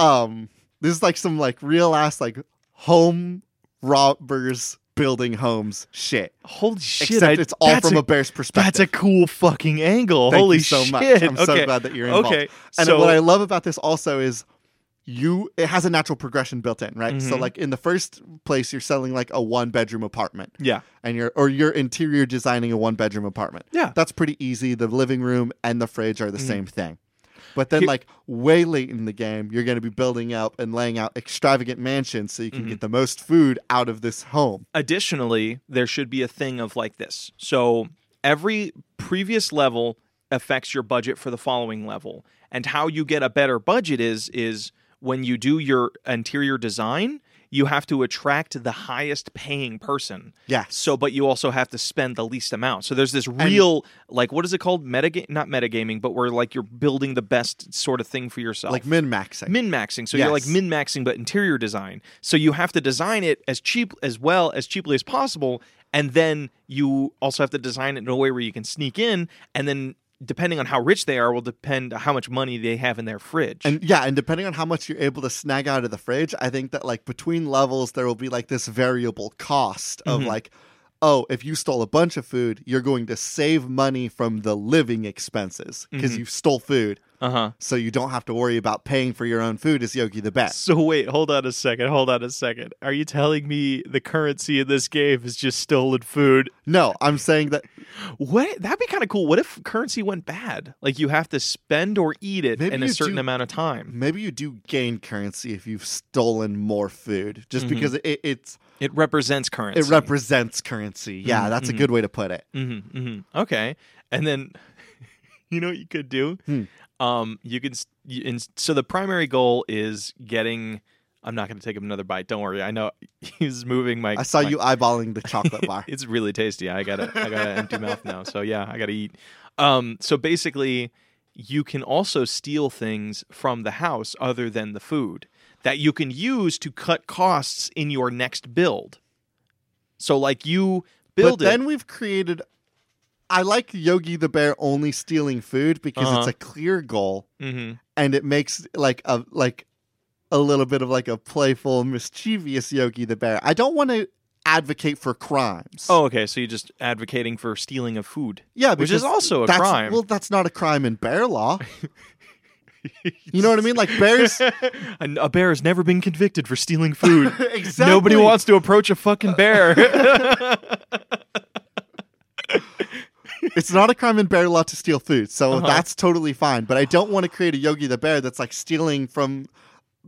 [SPEAKER 1] um, this is like some like real ass like home robbers building homes shit.
[SPEAKER 2] Holy shit!
[SPEAKER 1] Except
[SPEAKER 2] I-
[SPEAKER 1] it's all
[SPEAKER 2] that's
[SPEAKER 1] from a,
[SPEAKER 2] a
[SPEAKER 1] bear's perspective.
[SPEAKER 2] That's a cool fucking angle.
[SPEAKER 1] Thank
[SPEAKER 2] Holy
[SPEAKER 1] you so
[SPEAKER 2] shit!
[SPEAKER 1] much. I'm
[SPEAKER 2] Okay.
[SPEAKER 1] so glad that you're involved.
[SPEAKER 2] Okay,
[SPEAKER 1] And
[SPEAKER 2] so
[SPEAKER 1] what I love about this also is you it has a natural progression built in, right? So
[SPEAKER 2] Mhm.
[SPEAKER 1] like in the first place you're selling like a one bedroom apartment
[SPEAKER 2] yeah,
[SPEAKER 1] and you're or you're interior designing a one bedroom apartment.
[SPEAKER 2] Yeah. Mm-hmm.
[SPEAKER 1] That's pretty easy. The living room and the fridge are the same thing. But then
[SPEAKER 2] Here-
[SPEAKER 1] like way late in the game, you're going to be building up and laying out extravagant mansions so you can
[SPEAKER 2] Mm-hmm.
[SPEAKER 1] get the most food out of this home.
[SPEAKER 2] additionally, there should be a thing of like this. So every previous level affects your budget for the following level. And how you get a better budget is is when you do your interior design, you have to attract the highest paying person.
[SPEAKER 1] Yes.
[SPEAKER 2] So but you also have to spend the least amount. So there's this real like what is it called? Metagame not metagaming, but where like you're building the best sort of thing for yourself
[SPEAKER 1] Like min-maxing.
[SPEAKER 2] min maxing. So you're like
[SPEAKER 1] Yes.
[SPEAKER 2] min maxing, but interior design. So you have to design it as cheap as well as cheaply as possible, and then you also have to design it in a way where you can sneak in, and then depending on how rich they are will depend on how much money they have in their fridge.
[SPEAKER 1] And yeah, and depending on how much you're able to snag out of the fridge, I think that like between levels there will be like this variable cost of like oh, if you stole a bunch of food, you're going to save money from the living expenses because you stole food.
[SPEAKER 2] uh huh.
[SPEAKER 1] So you don't have to worry about paying for your own food is Yogi the best.
[SPEAKER 2] So wait, hold on a second. Hold on a second. Are you telling me the currency in this game is just stolen food?
[SPEAKER 1] No, I'm saying that
[SPEAKER 2] What? That'd be kind of cool. What if currency went bad? Like you have to spend or eat it
[SPEAKER 1] Maybe
[SPEAKER 2] in a
[SPEAKER 1] you
[SPEAKER 2] certain
[SPEAKER 1] do-
[SPEAKER 2] amount of time.
[SPEAKER 1] maybe you do gain currency if you've stolen more food just because it, it's
[SPEAKER 2] It represents currency.
[SPEAKER 1] it represents currency. Yeah, that's a good way to put it.
[SPEAKER 2] Mm-hmm, Okay, and then you know what you could do?
[SPEAKER 1] Hmm.
[SPEAKER 2] Um, you can. s- You, and s- so the primary goal is getting. I'm not going to take him another bite. Don't worry. I know he's moving my.
[SPEAKER 1] I saw
[SPEAKER 2] my-
[SPEAKER 1] you eyeballing the chocolate bar.
[SPEAKER 2] It's really tasty. I got to I got an empty mouth now. So yeah, I got to eat. Um, so basically, you can also steal things from the house other than the food that you can use to cut costs in your next build. So like you build
[SPEAKER 1] but
[SPEAKER 2] it.
[SPEAKER 1] then we've created. I like Yogi the Bear only stealing food because it's
[SPEAKER 2] Uh-huh.
[SPEAKER 1] a clear goal
[SPEAKER 2] Mhm.
[SPEAKER 1] and it makes like a like a little bit of like a playful, mischievous Yogi the Bear. I don't want to advocate for crimes.
[SPEAKER 2] Oh, okay. So you're just advocating for stealing of food.
[SPEAKER 1] yeah,
[SPEAKER 2] which is
[SPEAKER 1] because
[SPEAKER 2] also a
[SPEAKER 1] that's-
[SPEAKER 2] crime.
[SPEAKER 1] Well, that's not a crime in bear law. you know what I mean? Like bears.
[SPEAKER 2] An- a bear has never been convicted for stealing food.
[SPEAKER 1] exactly.
[SPEAKER 2] Nobody wants to approach a fucking bear.
[SPEAKER 1] It's not a crime in bear law to steal food, so
[SPEAKER 2] Uh-huh.
[SPEAKER 1] that's totally fine. But I don't want to create a Yogi the Bear that's like stealing from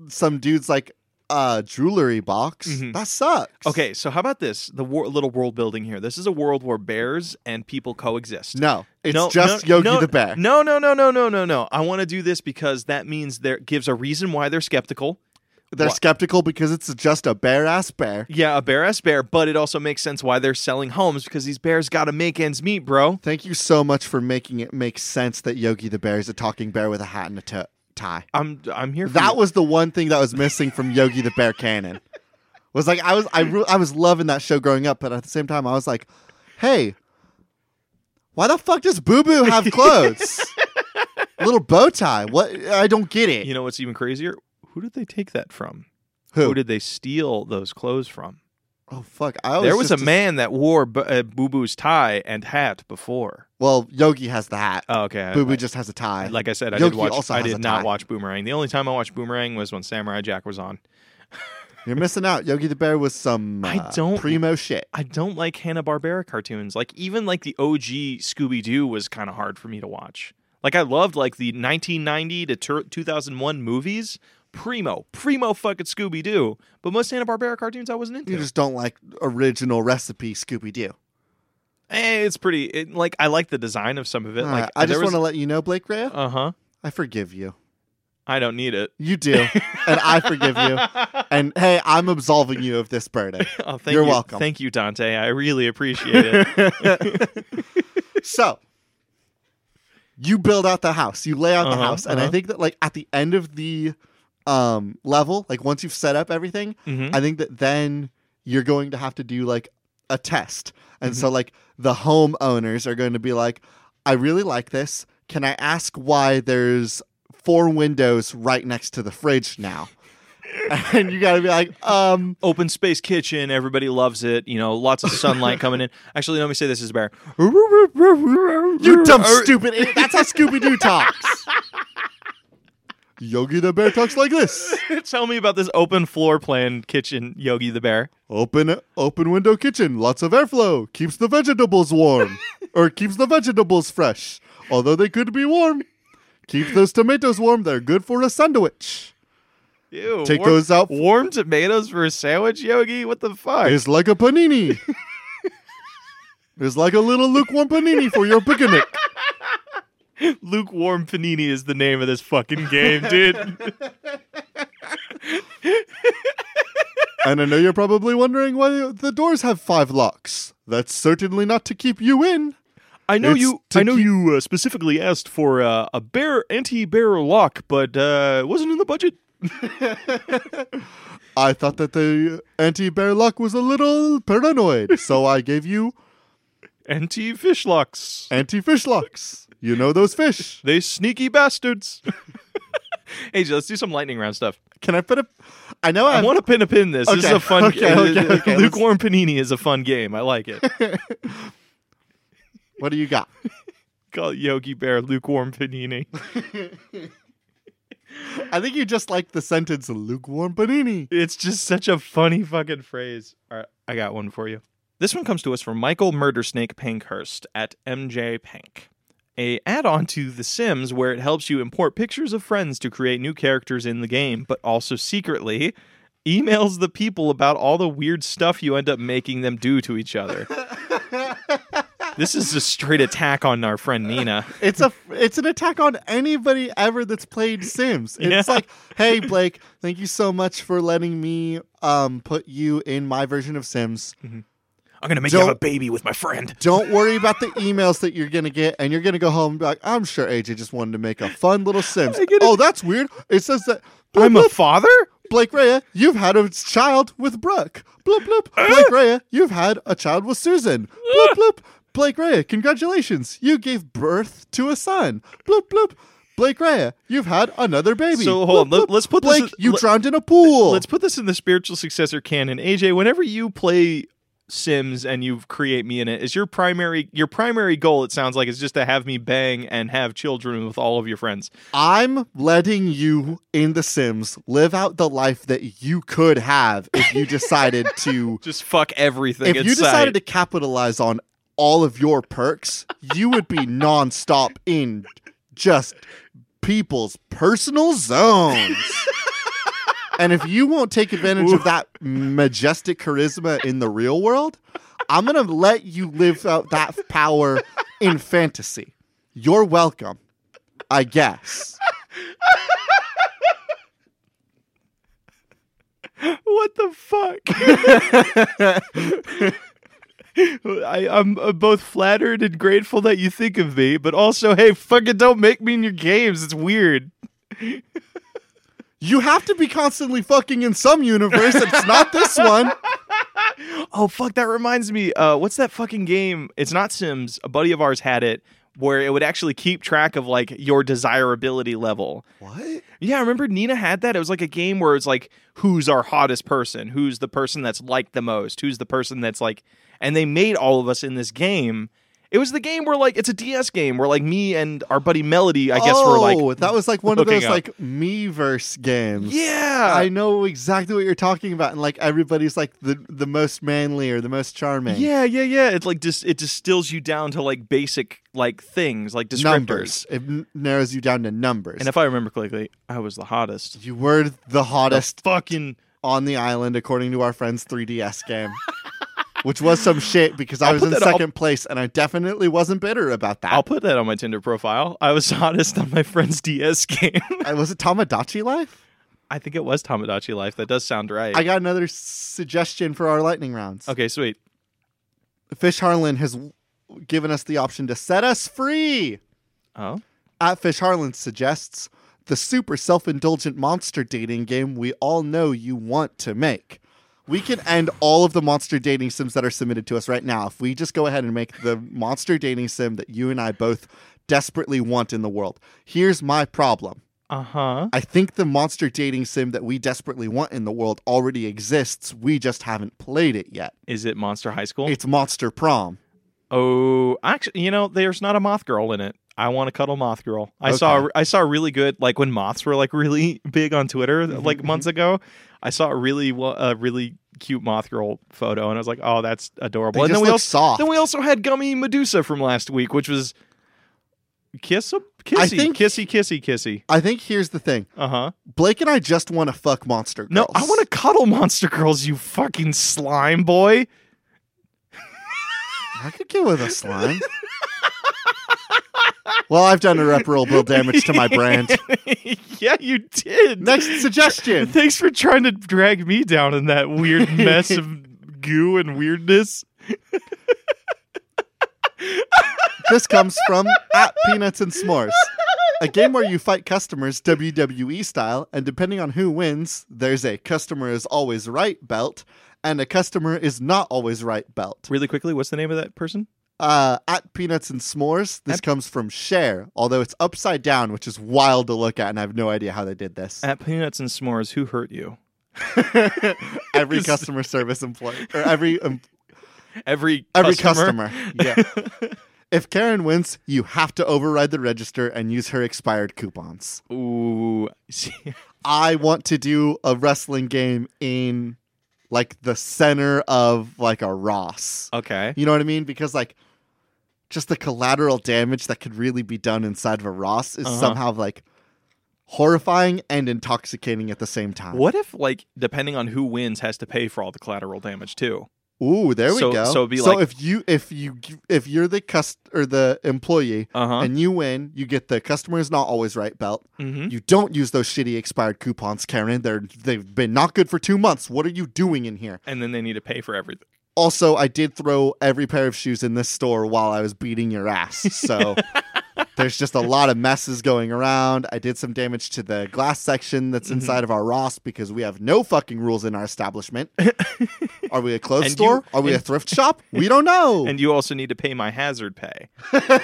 [SPEAKER 1] some dude's like uh jewelry box.
[SPEAKER 2] Mhm.
[SPEAKER 1] That sucks.
[SPEAKER 2] okay, so how about this? The wor- little world building here. This is a world where bears and people coexist.
[SPEAKER 1] No, it's
[SPEAKER 2] No,
[SPEAKER 1] just
[SPEAKER 2] no,
[SPEAKER 1] Yogi
[SPEAKER 2] no,
[SPEAKER 1] the Bear.
[SPEAKER 2] No, no, no, no, no, no, no. I want to do this because that means there gives a reason why they're skeptical.
[SPEAKER 1] They're
[SPEAKER 2] What?
[SPEAKER 1] skeptical because it's just a bear ass bear.
[SPEAKER 2] Yeah, a bear ass bear, but it also makes sense why they're selling homes because these bears got to make ends meet, bro.
[SPEAKER 1] Thank you so much for making it make sense that Yogi the Bear is a talking bear with a hat and a to- tie.
[SPEAKER 2] I'm I'm here for you.
[SPEAKER 1] That was the one thing that was missing from Yogi the Bear canon. Was like I was I re- I was loving that show growing up, but at the same time I was like, hey, why the fuck does Boo Boo have clothes? Little bow tie. What I don't get it.
[SPEAKER 2] You know what's even crazier? Who did they take that from?
[SPEAKER 1] Who?
[SPEAKER 2] did they steal those clothes from?
[SPEAKER 1] oh fuck! I always
[SPEAKER 2] There was a
[SPEAKER 1] just as-
[SPEAKER 2] man that wore B- uh, Boo Boo's tie and hat before.
[SPEAKER 1] well, Yogi has the hat.
[SPEAKER 2] Oh, okay. I-
[SPEAKER 1] Boo Boo
[SPEAKER 2] I-
[SPEAKER 1] just has a tie.
[SPEAKER 2] like I said, I
[SPEAKER 1] Yogi
[SPEAKER 2] did watch.
[SPEAKER 1] also
[SPEAKER 2] I
[SPEAKER 1] has a
[SPEAKER 2] did not
[SPEAKER 1] tie.
[SPEAKER 2] watch Boomerang. The only time I watched Boomerang was when Samurai Jack was on.
[SPEAKER 1] You're missing out. Yogi the Bear was some uh,
[SPEAKER 2] I don't-
[SPEAKER 1] primo shit.
[SPEAKER 2] I don't like Hanna Barbera cartoons. Like even like the OG Scooby Doo was kind of hard for me to watch. Like I loved like the 1990 to tur 2001 movies. Primo, primo fucking Scooby Doo. But most Hanna Barbera cartoons I wasn't into.
[SPEAKER 1] You just don't like original recipe Scooby Doo.
[SPEAKER 2] Eh, it's pretty. It, like I like the design of some of it.
[SPEAKER 1] All
[SPEAKER 2] like
[SPEAKER 1] right, I just want to let you know, Blake Rhea,
[SPEAKER 2] Uh huh.
[SPEAKER 1] I forgive you.
[SPEAKER 2] I don't need it.
[SPEAKER 1] You do, and I forgive you. And hey, I'm absolving you of this burden.
[SPEAKER 2] Oh, thank
[SPEAKER 1] You're
[SPEAKER 2] you.
[SPEAKER 1] welcome.
[SPEAKER 2] Thank you, Dante. I really appreciate it.
[SPEAKER 1] So you build out the house, you lay out the
[SPEAKER 2] Uh-huh,
[SPEAKER 1] house, and I
[SPEAKER 2] uh-huh.
[SPEAKER 1] think that like at the end of the um level, like once you've set up everything,
[SPEAKER 2] Mhm.
[SPEAKER 1] I think that then you're going to have to do like a test. And so
[SPEAKER 2] Mm-hmm.
[SPEAKER 1] like the homeowners are going to be like, I really like this. Can I ask why there's four windows right next to the fridge now? and you gotta be like, um,
[SPEAKER 2] Open space kitchen, everybody loves it. You know, lots of sunlight coming in. Actually, let me say this is better.
[SPEAKER 1] you
[SPEAKER 2] You
[SPEAKER 1] dumb stupid. idiot. That's how Scooby Doo talks. Yogi the Bear talks like this.
[SPEAKER 2] Tell me about this open floor plan kitchen, Yogi the Bear.
[SPEAKER 1] Open open window kitchen, lots of airflow, keeps the vegetables warm, or keeps the vegetables fresh, although they could be warm. Keep those tomatoes warm; they're good for a sandwich.
[SPEAKER 2] Ew,
[SPEAKER 1] Take
[SPEAKER 2] warm-
[SPEAKER 1] those out.
[SPEAKER 2] Warm tomatoes for a sandwich, Yogi? What the fuck?
[SPEAKER 1] It's like a panini. It's like a little lukewarm panini for your picnic.
[SPEAKER 2] Lukewarm Panini is the name of this fucking game, dude.
[SPEAKER 1] And I know you're probably wondering why the doors have five locks. That's certainly not to keep you in.
[SPEAKER 2] I know
[SPEAKER 1] It's
[SPEAKER 2] you.
[SPEAKER 1] to
[SPEAKER 2] I know you uh, specifically asked for uh, a bear anti-bear lock, but uh, it wasn't in the budget.
[SPEAKER 1] I thought that the anti-bear lock was a little paranoid, so I gave you
[SPEAKER 2] Anti-fish locks.
[SPEAKER 1] anti-fish locks. You know those fish.
[SPEAKER 2] They sneaky bastards. AJ, let's do some lightning round stuff.
[SPEAKER 1] Can I put a? I know
[SPEAKER 2] I
[SPEAKER 1] I
[SPEAKER 2] want to pin a pin this. This is
[SPEAKER 1] Okay,
[SPEAKER 2] a fun
[SPEAKER 1] okay,
[SPEAKER 2] game.
[SPEAKER 1] okay, okay, let's-
[SPEAKER 2] Lukewarm Panini is a fun game. I like it.
[SPEAKER 1] What do you got?
[SPEAKER 2] Call it Yogi Bear Lukewarm Panini.
[SPEAKER 1] I think you just like the sentence "lukewarm panini."
[SPEAKER 2] It's just such a funny fucking phrase. All right, I got one for you. This one comes to us from Michael Murdersnake Pankhurst at MJ Pank. A add-on to The Sims where it helps you import pictures of friends to create new characters in the game, but also secretly emails the people about all the weird stuff you end up making them do to each other. this is a straight attack on our friend Nina.
[SPEAKER 1] It's a it's an attack on anybody ever that's played Sims. It's
[SPEAKER 2] Yeah.
[SPEAKER 1] like, hey Blake, thank you so much for letting me um put you in my version of Sims.
[SPEAKER 2] I'm gonna make
[SPEAKER 1] Don't-
[SPEAKER 2] you have a baby with my friend.
[SPEAKER 1] Don't worry about the emails that you're gonna get, and you're gonna go home and be like, I'm sure AJ just wanted to make a fun little Sims.
[SPEAKER 2] I get it.
[SPEAKER 1] Oh, that's weird. It says that
[SPEAKER 2] I'm a father?
[SPEAKER 1] Blake Rhea, you've had a child with Brooke. Bloop bloop. Blake
[SPEAKER 2] Uh?
[SPEAKER 1] Rhea, you've had a child with Susan. Bloop bloop. Blake Rhea, congratulations. You gave birth to a son. Bloop bloop. Blake Rhea, you've had another baby.
[SPEAKER 2] So, hold on.
[SPEAKER 1] Bloop,
[SPEAKER 2] Let-
[SPEAKER 1] bloop.
[SPEAKER 2] let's put this
[SPEAKER 1] Blake,
[SPEAKER 2] in-
[SPEAKER 1] you
[SPEAKER 2] let-
[SPEAKER 1] drowned in a pool.
[SPEAKER 2] Let's put this in the spiritual successor canon. AJ, whenever you play Sims and you create me in it, is your primary your primary goal? It sounds like is just to have me bang and have children with all of your friends.
[SPEAKER 1] I'm letting you in The Sims live out the life that you could have if you decided to
[SPEAKER 2] Just fuck everything.
[SPEAKER 1] if
[SPEAKER 2] in
[SPEAKER 1] you decided to
[SPEAKER 2] sight.
[SPEAKER 1] capitalize on all of your perks, you would be nonstop in just people's personal zones. and if you won't take advantage of that majestic charisma in the real world, I'm going to let you live out that power in fantasy. You're welcome, I guess.
[SPEAKER 2] what the fuck? I, I'm uh, both flattered and grateful that you think of me, but also, hey, fucking don't make me in your games. It's weird.
[SPEAKER 1] You have to be constantly fucking in some universe. It's not this one.
[SPEAKER 2] Oh fuck, that reminds me. Uh, what's that fucking game? It's not Sims. A buddy of ours had it where it would actually keep track of like your desirability level.
[SPEAKER 1] What?
[SPEAKER 2] Yeah, I remember Nina had that. It was like a game where it's like who's our hottest person, who's the person that's liked the most, who's the person that's like and they made all of us in this game. It was the game where like it's a DS game where like me and our buddy Melody, I guess were
[SPEAKER 1] Oh,
[SPEAKER 2] like
[SPEAKER 1] that was like one of
[SPEAKER 2] hooking
[SPEAKER 1] those
[SPEAKER 2] up.
[SPEAKER 1] like meverse games.
[SPEAKER 2] Yeah.
[SPEAKER 1] I know exactly what you're talking about, and like everybody's like the the most manly or the most charming.
[SPEAKER 2] yeah, yeah, yeah. It's like dis- it distills you down to like basic like things, like descriptors.
[SPEAKER 1] numbers. It n- narrows you down to numbers.
[SPEAKER 2] And if I remember correctly, I was the hottest.
[SPEAKER 1] you were the hottest
[SPEAKER 2] Fucking.
[SPEAKER 1] on the island, according to our friend's 3DS game, which was some shit because I
[SPEAKER 2] I'll
[SPEAKER 1] was
[SPEAKER 2] put
[SPEAKER 1] in
[SPEAKER 2] that- I'll-
[SPEAKER 1] 2nd place, and I definitely wasn't bitter about that.
[SPEAKER 2] I'll put that on my Tinder profile. I was hottest on my friend's DS game.
[SPEAKER 1] I was it Tamagotchi life?
[SPEAKER 2] I think it was Tamagotchi Life. That does sound right.
[SPEAKER 1] I got another suggestion for our lightning rounds.
[SPEAKER 2] okay, sweet.
[SPEAKER 1] Fish Harlan has w- given us the option to set us free.
[SPEAKER 2] Oh,
[SPEAKER 1] At Fish Harlan suggests the super self indulgent monster dating game we all know you want to make. We can end all of the monster dating sims that are submitted to us right now if we just go ahead and make the monster dating sim that you and I both desperately want in the world. Here's my problem
[SPEAKER 2] Uh huh.
[SPEAKER 1] I think the monster dating sim that we desperately want in the world already exists. We just haven't played it yet.
[SPEAKER 2] Is it Monster High School?
[SPEAKER 1] It's Monster Prom.
[SPEAKER 2] Oh, actually, you know, there's not a moth girl in it. I want to cuddle moth girl. I saw
[SPEAKER 1] Okay.
[SPEAKER 2] I saw a really good like when moths were like really big on Twitter
[SPEAKER 1] Mhm,
[SPEAKER 2] like months ago. I saw a really wo- a really cute moth girl photo and I was like, "Oh, that's
[SPEAKER 1] They
[SPEAKER 2] adorable." and
[SPEAKER 1] just
[SPEAKER 2] then we
[SPEAKER 1] look
[SPEAKER 2] also
[SPEAKER 1] soft.
[SPEAKER 2] then we also had gummy Medusa from last week, which was kiss up kissy
[SPEAKER 1] I think-
[SPEAKER 2] kissy kissy kissy.
[SPEAKER 1] I think here's the thing.
[SPEAKER 2] Uh-huh.
[SPEAKER 1] Blake and I just want to fuck monster
[SPEAKER 2] No,
[SPEAKER 1] girls.
[SPEAKER 2] I want to cuddle monster girls, you fucking slime boy.
[SPEAKER 1] I could get with a slime. well, I've done irreparable damage to my brand.
[SPEAKER 2] yeah, you did.
[SPEAKER 1] Next suggestion.
[SPEAKER 2] Thanks for trying to drag me down in that weird mess of goo and weirdness.
[SPEAKER 1] This comes from at Peanuts and S'mores. A game where you fight customers WWE style, and depending on who wins, there's a customer is always right belt and a customer is not always right belt.
[SPEAKER 2] Really quickly, what's the name of that person?
[SPEAKER 1] Uh, at Peanuts and S'mores, this
[SPEAKER 2] At-
[SPEAKER 1] comes from Share, although it's upside down, which is wild to look at, and I have no idea how they did this.
[SPEAKER 2] At Peanuts and S'mores, who hurt you?
[SPEAKER 1] every
[SPEAKER 2] This-
[SPEAKER 1] customer service employee or every um,
[SPEAKER 2] Every
[SPEAKER 1] every customer. Yeah. if Karen wins, you have to override the register and use her expired coupons.
[SPEAKER 2] Ooh,
[SPEAKER 1] I want to do a wrestling game in like the center of like a Ross.
[SPEAKER 2] okay.
[SPEAKER 1] You know what I mean? Because like just the collateral damage that could really be done inside of a Ross is
[SPEAKER 2] Uh-huh.
[SPEAKER 1] somehow like horrifying and intoxicating at the same time.
[SPEAKER 2] What if, like, depending on who wins, has to pay for all the collateral damage too?
[SPEAKER 1] Ooh, there we
[SPEAKER 2] So-
[SPEAKER 1] go.
[SPEAKER 2] so it'd be
[SPEAKER 1] so
[SPEAKER 2] like-
[SPEAKER 1] if you if you if you're the cust or the employee
[SPEAKER 2] Uh huh.
[SPEAKER 1] and you win, you get the customer is not always right belt.
[SPEAKER 2] Mm-hmm.
[SPEAKER 1] You don't use those shitty expired coupons, Karen. They're they've been not good for two months. What are you doing in here?
[SPEAKER 2] And then they need to pay for everything.
[SPEAKER 1] Also, I did throw every pair of shoes in this store while I was beating your ass. So there's just a lot of messes going around. I did some damage to the glass section that's
[SPEAKER 2] Mhm.
[SPEAKER 1] inside of our Ross because we have no fucking rules in our establishment. are we a clothes
[SPEAKER 2] And you-
[SPEAKER 1] store? are we a
[SPEAKER 2] and-
[SPEAKER 1] thrift shop? We don't know.
[SPEAKER 2] And you also need to pay my hazard pay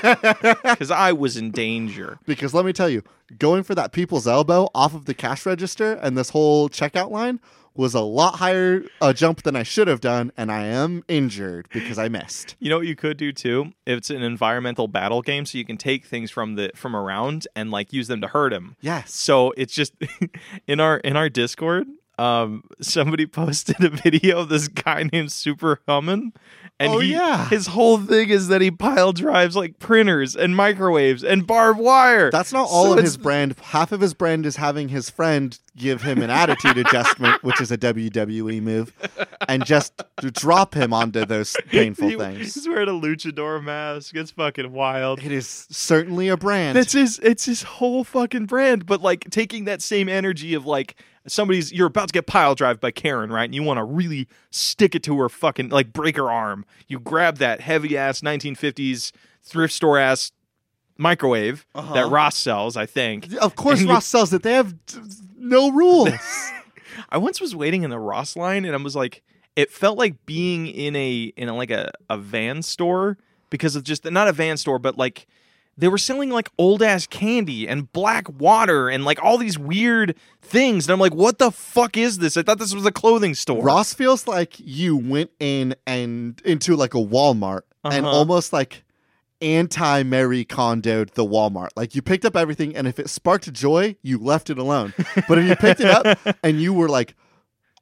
[SPEAKER 2] because I was in danger.
[SPEAKER 1] Because let me tell you, going for that people's elbow off of the cash register and this whole checkout line was a lot higher a jump than I should have done, and I am injured because I missed.
[SPEAKER 2] You know what you could do too? It's an environmental battle game, so you can take things from the from around and like use them to hurt him.
[SPEAKER 1] Yes.
[SPEAKER 2] So it's just in our in our Discord, um, somebody posted a video of this guy named Super Hummin, and
[SPEAKER 1] Oh,
[SPEAKER 2] he,
[SPEAKER 1] yeah.
[SPEAKER 2] his whole thing is that he pile drives like printers and microwaves and barbed wire.
[SPEAKER 1] That's not all
[SPEAKER 2] So
[SPEAKER 1] of his
[SPEAKER 2] it's-
[SPEAKER 1] brand. Half of his brand is having his friend give him an attitude adjustment, which is a WWE move, and just drop him onto those painful
[SPEAKER 2] he-
[SPEAKER 1] things.
[SPEAKER 2] He's wearing a luchador mask. It's fucking wild.
[SPEAKER 1] It is certainly a brand.
[SPEAKER 2] That's his. It's his whole fucking brand. But like taking that same energy of like somebody's, you're about to get pile drive by Karen, right? And you want to really stick it to her fucking like break her arm. You grab that heavy ass 1950s thrift store ass microwave
[SPEAKER 1] Uh-huh.
[SPEAKER 2] that Ross sells. I think.
[SPEAKER 1] of course,
[SPEAKER 2] and you-
[SPEAKER 1] Ross sells it. They have t- no rules.
[SPEAKER 2] I once was waiting in the Ross line and I was like, it felt like being in a in a, like a, a van store because of just not a van store, but like they were selling like old ass candy and black water and like all these weird things. And I'm like, what the fuck is this? I thought this was a clothing store.
[SPEAKER 1] Ross feels like you went in and into like a Walmart and
[SPEAKER 2] Uh-huh.
[SPEAKER 1] almost like anti Mary condoed the Walmart. Like you picked up everything, and if it sparked joy, you left it alone. But if you picked it up and you were like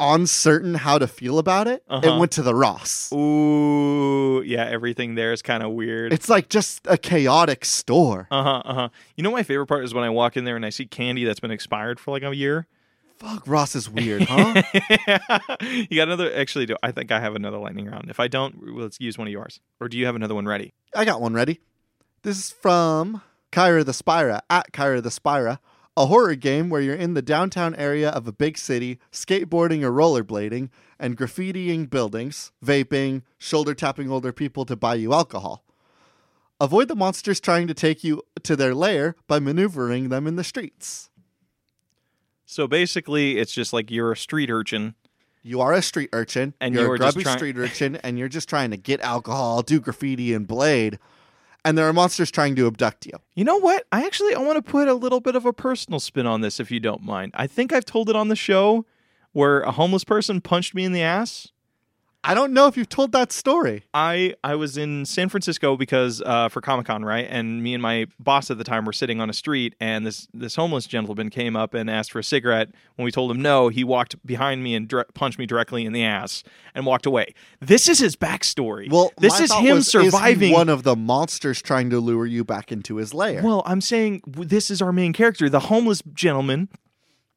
[SPEAKER 1] uncertain how to feel about it, it
[SPEAKER 2] Uh-huh.
[SPEAKER 1] went to the Ross.
[SPEAKER 2] Ooh, yeah, everything there is kind of weird.
[SPEAKER 1] It's like just a chaotic store.
[SPEAKER 2] Uh huh. Uh huh. You know, my favorite part is when I walk in there and I see candy that's been expired for like a year.
[SPEAKER 1] Fuck, Ross is weird, huh?
[SPEAKER 2] you got another? Actually, do I think I have another lightning round? If I don't, well, let's use one of yours. Or do you have another one ready?
[SPEAKER 1] I got one ready. This is from Kyra the Spira at Kyra the Spira, a horror game where you're in the downtown area of a big city, skateboarding or rollerblading, and graffitiing buildings, vaping, shoulder tapping older people to buy you alcohol. Avoid the monsters trying to take you to their lair by maneuvering them in the streets.
[SPEAKER 2] So basically, it's just like you're a street urchin.
[SPEAKER 1] You are a street urchin,
[SPEAKER 2] And
[SPEAKER 1] you're
[SPEAKER 2] you
[SPEAKER 1] a
[SPEAKER 2] are just
[SPEAKER 1] grubby
[SPEAKER 2] try-
[SPEAKER 1] street urchin, and you're just trying to get alcohol, do graffiti, and blade. and there are monsters trying to abduct you.
[SPEAKER 2] You know what? I actually I want to put a little bit of a personal spin on this if you don't mind. I think I've told it on the show where a homeless person punched me in the ass.
[SPEAKER 1] I don't know if you've told that story.
[SPEAKER 2] I I was in San Francisco because uh, for Comic Con, right? And me and my boss at the time were sitting on a street, and this this homeless gentleman came up and asked for a cigarette. When we told him no, he walked behind me and dire- punched me directly in the ass and walked away. This is his backstory.
[SPEAKER 1] Well,
[SPEAKER 2] this
[SPEAKER 1] my
[SPEAKER 2] is
[SPEAKER 1] thought
[SPEAKER 2] him
[SPEAKER 1] was, is he
[SPEAKER 2] surviving.
[SPEAKER 1] one of the monsters trying to lure you back into his lair.
[SPEAKER 2] well, I'm saying w- this is our main character, the homeless gentleman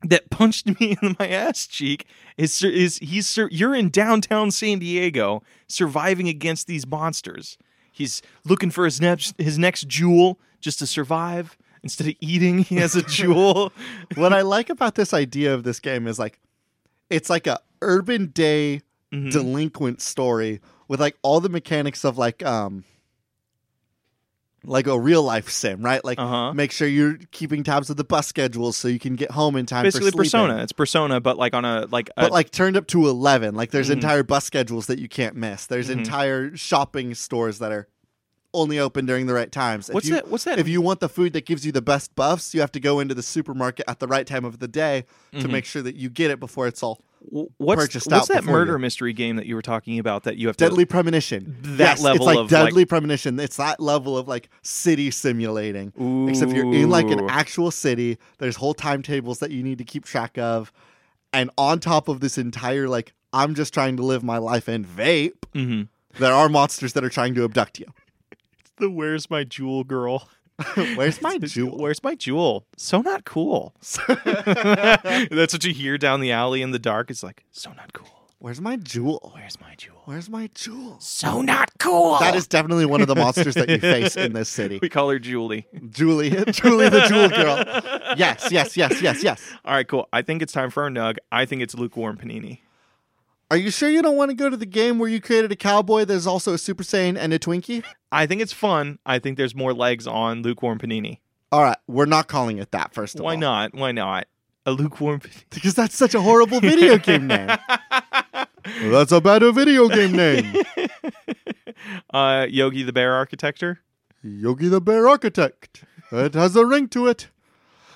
[SPEAKER 2] that punched me in my ass cheek is sur- is he's sur- you're in downtown San Diego surviving against these monsters. He's looking for his next his next jewel just to survive. Instead of eating, he has a jewel.
[SPEAKER 1] what I like about this idea of this game is like it's like a urban day
[SPEAKER 2] Mhm.
[SPEAKER 1] delinquent story with like all the mechanics of like um like a real life sim, right? Like
[SPEAKER 2] Uh-huh.
[SPEAKER 1] make sure you're keeping tabs of the bus schedules so you can get home in time
[SPEAKER 2] Basically,
[SPEAKER 1] for sleeping.
[SPEAKER 2] Persona. It's Persona, but like on a like a,
[SPEAKER 1] But like turned up to eleven. Like there's
[SPEAKER 2] Mhm.
[SPEAKER 1] entire bus schedules that you can't miss. There's
[SPEAKER 2] Mhm.
[SPEAKER 1] entire shopping stores that are only open during the right times. If
[SPEAKER 2] what's
[SPEAKER 1] you-
[SPEAKER 2] that? What's that?
[SPEAKER 1] if you want the food that gives you the best buffs, you have to go into the supermarket at the right time of the day to
[SPEAKER 2] Mhm.
[SPEAKER 1] make sure that you get it before it's all.
[SPEAKER 2] w- what's
[SPEAKER 1] purchased
[SPEAKER 2] what's
[SPEAKER 1] out
[SPEAKER 2] that
[SPEAKER 1] before
[SPEAKER 2] murder
[SPEAKER 1] you.
[SPEAKER 2] mystery game that you were talking about that you have to
[SPEAKER 1] Deadly premonition.
[SPEAKER 2] That
[SPEAKER 1] yes,
[SPEAKER 2] level
[SPEAKER 1] it's like
[SPEAKER 2] of,
[SPEAKER 1] deadly premonition. It's that level of like city simulating.
[SPEAKER 2] Ooh.
[SPEAKER 1] Except you're in like an actual city. There's whole timetables that you need to keep track of, and on top of this entire like, I'm just trying to live my life and vape.
[SPEAKER 2] Mhm.
[SPEAKER 1] There are monsters that are trying to abduct you.
[SPEAKER 2] the where's my jewel girl.
[SPEAKER 1] Where's my jewel?
[SPEAKER 2] Where's my jewel? So not cool. That's what you hear down the alley in the dark. It's like, so not cool.
[SPEAKER 1] Where's my jewel?
[SPEAKER 2] Where's my jewel?
[SPEAKER 1] Where's my jewel?
[SPEAKER 2] So not cool.
[SPEAKER 1] That is definitely one of the monsters that you face in this city.
[SPEAKER 2] We call her Julie.
[SPEAKER 1] Julie, Julie the Jewel Girl. Yes, yes, yes, yes, yes.
[SPEAKER 2] All right, cool. I think it's time for our nug. I think it's lukewarm panini.
[SPEAKER 1] Are you sure you don't want to go to the game where you created a cowboy that's also a Super Saiyan and a Twinkie?
[SPEAKER 2] I think it's fun. I think there's more legs on lukewarm panini.
[SPEAKER 1] All right, we're not calling it that, first of
[SPEAKER 2] Why
[SPEAKER 1] all.
[SPEAKER 2] not? Why not? A lukewarm panini.
[SPEAKER 1] Because that's such a horrible video game name. Well, that's a better video game name.
[SPEAKER 2] uh, Yogi the Bear Architecture.
[SPEAKER 1] Yogi the Bear Architect. It has a ring to it.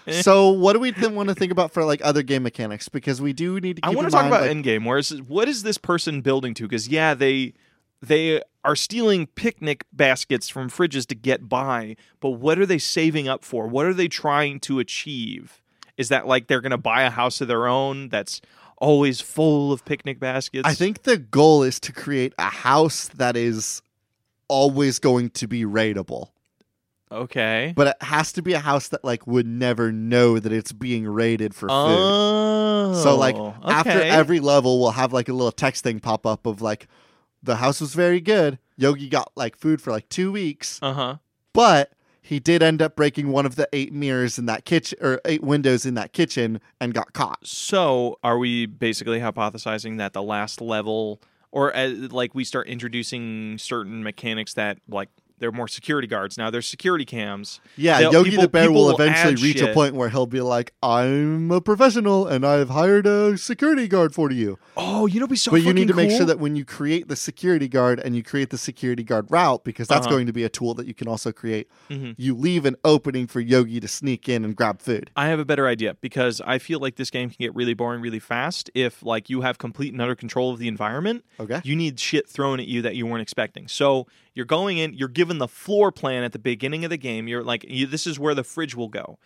[SPEAKER 2] Eh.
[SPEAKER 1] So, what do we then want to think about for like other game mechanics? Because we do need to. Keep
[SPEAKER 2] I
[SPEAKER 1] in
[SPEAKER 2] want to talk
[SPEAKER 1] mind,
[SPEAKER 2] about
[SPEAKER 1] like,
[SPEAKER 2] endgame. Where is what is this person building to? Because yeah, they they are stealing picnic baskets from fridges to get by, but what are they saving up for? What are they trying to achieve? Is that like they're going to buy a house of their own that's always full of picnic baskets?
[SPEAKER 1] I think the goal is to create a house that is always going to be raidable.
[SPEAKER 2] Okay.
[SPEAKER 1] but it has to be a house that like would never know that it's being raided for food.
[SPEAKER 2] Oh.
[SPEAKER 1] So, like, After
[SPEAKER 2] okay.
[SPEAKER 1] every level, we'll have like a little text thing pop up of like, the house was very good. Yogi got like food for like two weeks,
[SPEAKER 2] uh-huh.
[SPEAKER 1] but he did end up breaking one of the eight mirrors in that kitchen or eight windows in that kitchen and got caught.
[SPEAKER 2] So, are we basically hypothesizing that the last level, or uh like we start introducing certain mechanics that like they're more security guards now? There's security cams.
[SPEAKER 1] Yeah,
[SPEAKER 2] They'll-
[SPEAKER 1] Yogi
[SPEAKER 2] people-
[SPEAKER 1] the bear
[SPEAKER 2] people
[SPEAKER 1] will
[SPEAKER 2] will
[SPEAKER 1] eventually
[SPEAKER 2] add
[SPEAKER 1] reach a
[SPEAKER 2] shit.
[SPEAKER 1] point where he'll be like, "I'm a professional and I've hired a security guard for you."
[SPEAKER 2] Oh, you know, be so.
[SPEAKER 1] but you need
[SPEAKER 2] fucking
[SPEAKER 1] to make sure
[SPEAKER 2] cool?
[SPEAKER 1] that when you create the security guard and you create the security guard route, because that's
[SPEAKER 2] Uh-huh.
[SPEAKER 1] going to be a tool that you can also create,
[SPEAKER 2] Mhm.
[SPEAKER 1] you leave an opening for Yogi to sneak in and grab food.
[SPEAKER 2] I have a better idea because I feel like this game can get really boring really fast if like you have complete and utter control of the environment.
[SPEAKER 1] Okay.
[SPEAKER 2] You need shit thrown at you that you weren't expecting. So you're going in, you're given the floor plan at the beginning of the game. You're like, you, this is where the fridge will go.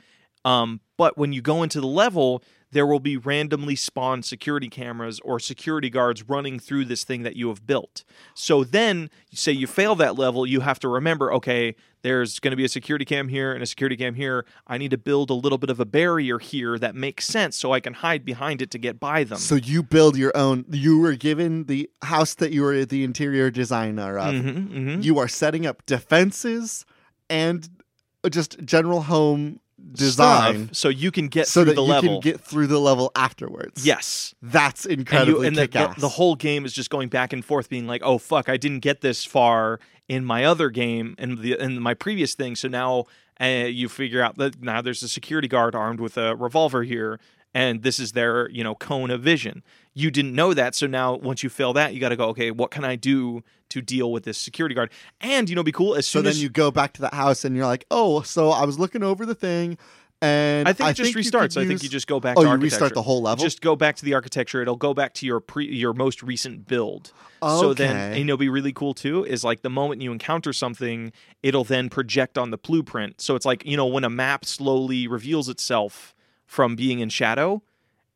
[SPEAKER 2] Um, but when you go into the level, there will be randomly spawned security cameras or security guards running through this thing that you have built. So then, say you fail that level, you have to remember okay, there's going to be a security cam here and a security cam here. I need to build a little bit of a barrier here that makes sense so I can hide behind it to get by them.
[SPEAKER 1] So you build your own. You were given the house that you were the interior designer of.
[SPEAKER 2] Mhm, mhm.
[SPEAKER 1] You are setting up defenses and just general home design
[SPEAKER 2] Stuff, so you can get
[SPEAKER 1] so
[SPEAKER 2] through
[SPEAKER 1] that
[SPEAKER 2] the
[SPEAKER 1] you
[SPEAKER 2] level.
[SPEAKER 1] can get through the level afterwards.
[SPEAKER 2] yes.
[SPEAKER 1] That's
[SPEAKER 2] and, you,
[SPEAKER 1] incredibly
[SPEAKER 2] and the, the,
[SPEAKER 1] kick-ass.
[SPEAKER 2] the whole game is just going back and forth being like oh fuck i didn't get this far in my other game and the in my previous thing so now uh, you figure out that now there's a security guard armed with a revolver here and this is their you know cone of vision you didn't know that so now once you fail that you got to go okay what can i do to deal with this security guard and you know be cool as
[SPEAKER 1] So
[SPEAKER 2] soon
[SPEAKER 1] then
[SPEAKER 2] as
[SPEAKER 1] you go back to that house and you're like, oh, so I was looking over the thing, and
[SPEAKER 2] I think it just
[SPEAKER 1] you could
[SPEAKER 2] restarts. I think
[SPEAKER 1] use-
[SPEAKER 2] you just go back.
[SPEAKER 1] Oh,
[SPEAKER 2] to
[SPEAKER 1] you
[SPEAKER 2] architecture.
[SPEAKER 1] restart the whole level.
[SPEAKER 2] Just go back to the architecture. It'll go back to your pre your most recent build. So then,
[SPEAKER 1] Okay.
[SPEAKER 2] and it'll be really cool too. Is like the moment you encounter something, it'll then project on the blueprint. So it's like you know when a map slowly reveals itself from being in shadow.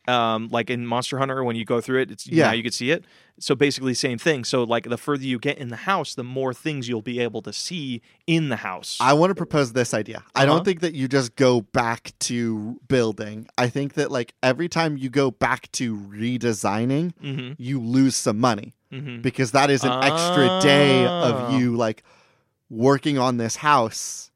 [SPEAKER 2] Um, like in Monster Hunter, when you go through it, it's
[SPEAKER 1] Yeah.
[SPEAKER 2] now you can see it. So basically, same thing. So like the further you get in the house, the more things you'll be able to see in the house.
[SPEAKER 1] I want to propose this idea. I
[SPEAKER 2] Uh-huh.
[SPEAKER 1] don't think that you just go back to building. I think that like every time you go back to redesigning,
[SPEAKER 2] mm-hmm,
[SPEAKER 1] you lose some money
[SPEAKER 2] mm-hmm.
[SPEAKER 1] because that is an extra day
[SPEAKER 2] Oh.
[SPEAKER 1] of you like working on this house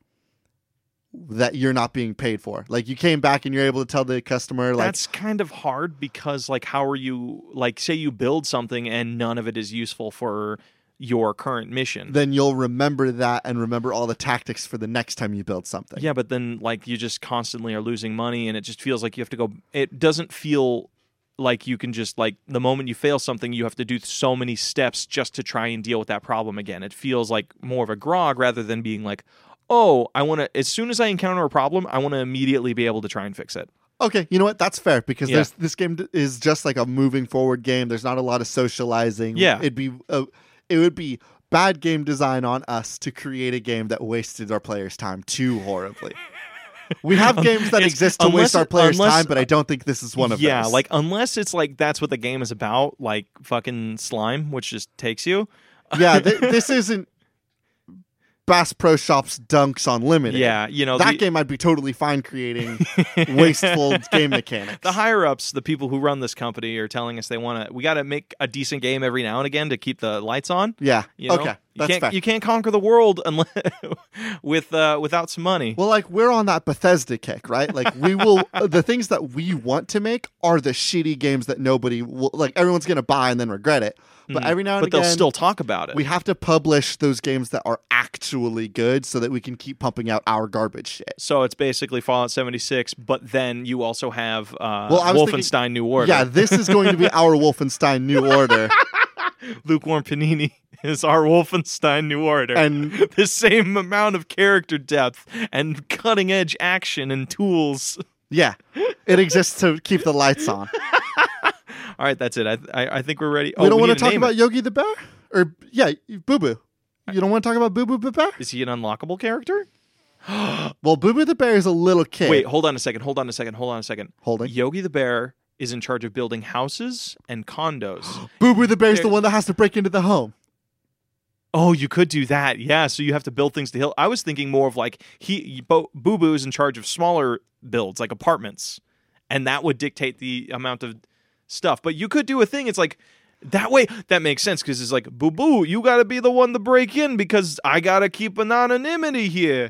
[SPEAKER 1] that you're not being paid for. Like you came back and you're able to tell the customer like
[SPEAKER 2] that's kind of hard because like how are you like say you build something and none of it is useful for your current mission
[SPEAKER 1] then you'll remember that and remember all the tactics for the next time you build something.
[SPEAKER 2] yeah but then like you just constantly are losing money and it just feels like you have to go it doesn't feel like you can just like the moment you fail something you have to do so many steps just to try and deal with that problem again it feels like more of a grog rather than being like oh i want to as soon as i encounter a problem i want to immediately be able to try and fix it
[SPEAKER 1] Okay, you know what? That's fair because
[SPEAKER 2] Yeah.
[SPEAKER 1] there's, this game d- is just like a moving forward game. There's not a lot of socializing.
[SPEAKER 2] Yeah.
[SPEAKER 1] it'd be uh, it would be bad game design on us to create a game that wasted our players' time too horribly. we have games that
[SPEAKER 2] Um, It's-
[SPEAKER 1] exist to
[SPEAKER 2] unless-
[SPEAKER 1] waste our players'
[SPEAKER 2] unless-
[SPEAKER 1] time, but I don't think this is one of
[SPEAKER 2] yeah
[SPEAKER 1] those.
[SPEAKER 2] like unless it's like that's what the game is about like fucking slime which just takes you
[SPEAKER 1] yeah, th- this isn't Bass Pro Shops Dunks Unlimited.
[SPEAKER 2] yeah you know
[SPEAKER 1] that
[SPEAKER 2] the,
[SPEAKER 1] game I'd be totally fine creating wasteful game mechanics.
[SPEAKER 2] the higher ups the people who run this company are telling us they want to we got to make a decent game every now and again to keep the lights on
[SPEAKER 1] yeah.
[SPEAKER 2] you know?
[SPEAKER 1] okay.
[SPEAKER 2] you
[SPEAKER 1] That's
[SPEAKER 2] can't
[SPEAKER 1] fair.
[SPEAKER 2] you can't conquer the world unless with uh without some money
[SPEAKER 1] Well, like we're on that Bethesda kick, right? Like we will the things that we want to make are the shitty games that nobody will like everyone's going to buy and then regret it. But
[SPEAKER 2] Mm.
[SPEAKER 1] every now and
[SPEAKER 2] but they'll
[SPEAKER 1] again
[SPEAKER 2] still talk about it
[SPEAKER 1] we have to publish those games that are actually good so that we can keep pumping out our garbage shit.
[SPEAKER 2] so it's basically fallout 76 but then you also have uh
[SPEAKER 1] Well, I was
[SPEAKER 2] wolfenstein
[SPEAKER 1] thinking-
[SPEAKER 2] new order
[SPEAKER 1] Yeah, this is going to be our Wolfenstein New Order
[SPEAKER 2] lukewarm panini is our wolfenstein new order
[SPEAKER 1] and
[SPEAKER 2] the same amount of character depth and cutting edge action and tools.
[SPEAKER 1] yeah, it exists to keep the lights on.
[SPEAKER 2] All right, that's it. I I, I think we're ready.
[SPEAKER 1] we don't
[SPEAKER 2] want Oh, to
[SPEAKER 1] talk
[SPEAKER 2] name
[SPEAKER 1] about
[SPEAKER 2] It.
[SPEAKER 1] Yogi the Bear or yeah, Boo Boo. You don't want to talk about Boo Boo the Bear?
[SPEAKER 2] Is he an unlockable character?
[SPEAKER 1] Well, Boo Boo the Bear is a little kid.
[SPEAKER 2] Wait, hold on a second. Hold on a second. Hold on a second.
[SPEAKER 1] holding.
[SPEAKER 2] Yogi the Bear is in charge of building houses and condos.
[SPEAKER 1] Boo Boo the Bear's the
[SPEAKER 2] There-
[SPEAKER 1] one that has to break into the home.
[SPEAKER 2] oh, you could do that. Yeah, so you have to build things to hill. I was thinking more of like he Bo- Boo Boo's in charge of smaller builds like apartments, and that would dictate the amount of stuff. But you could do a thing. It's like that way that makes sense because it's like Boo Boo, you got to be the one to break in because I gotta keep an anonymity here.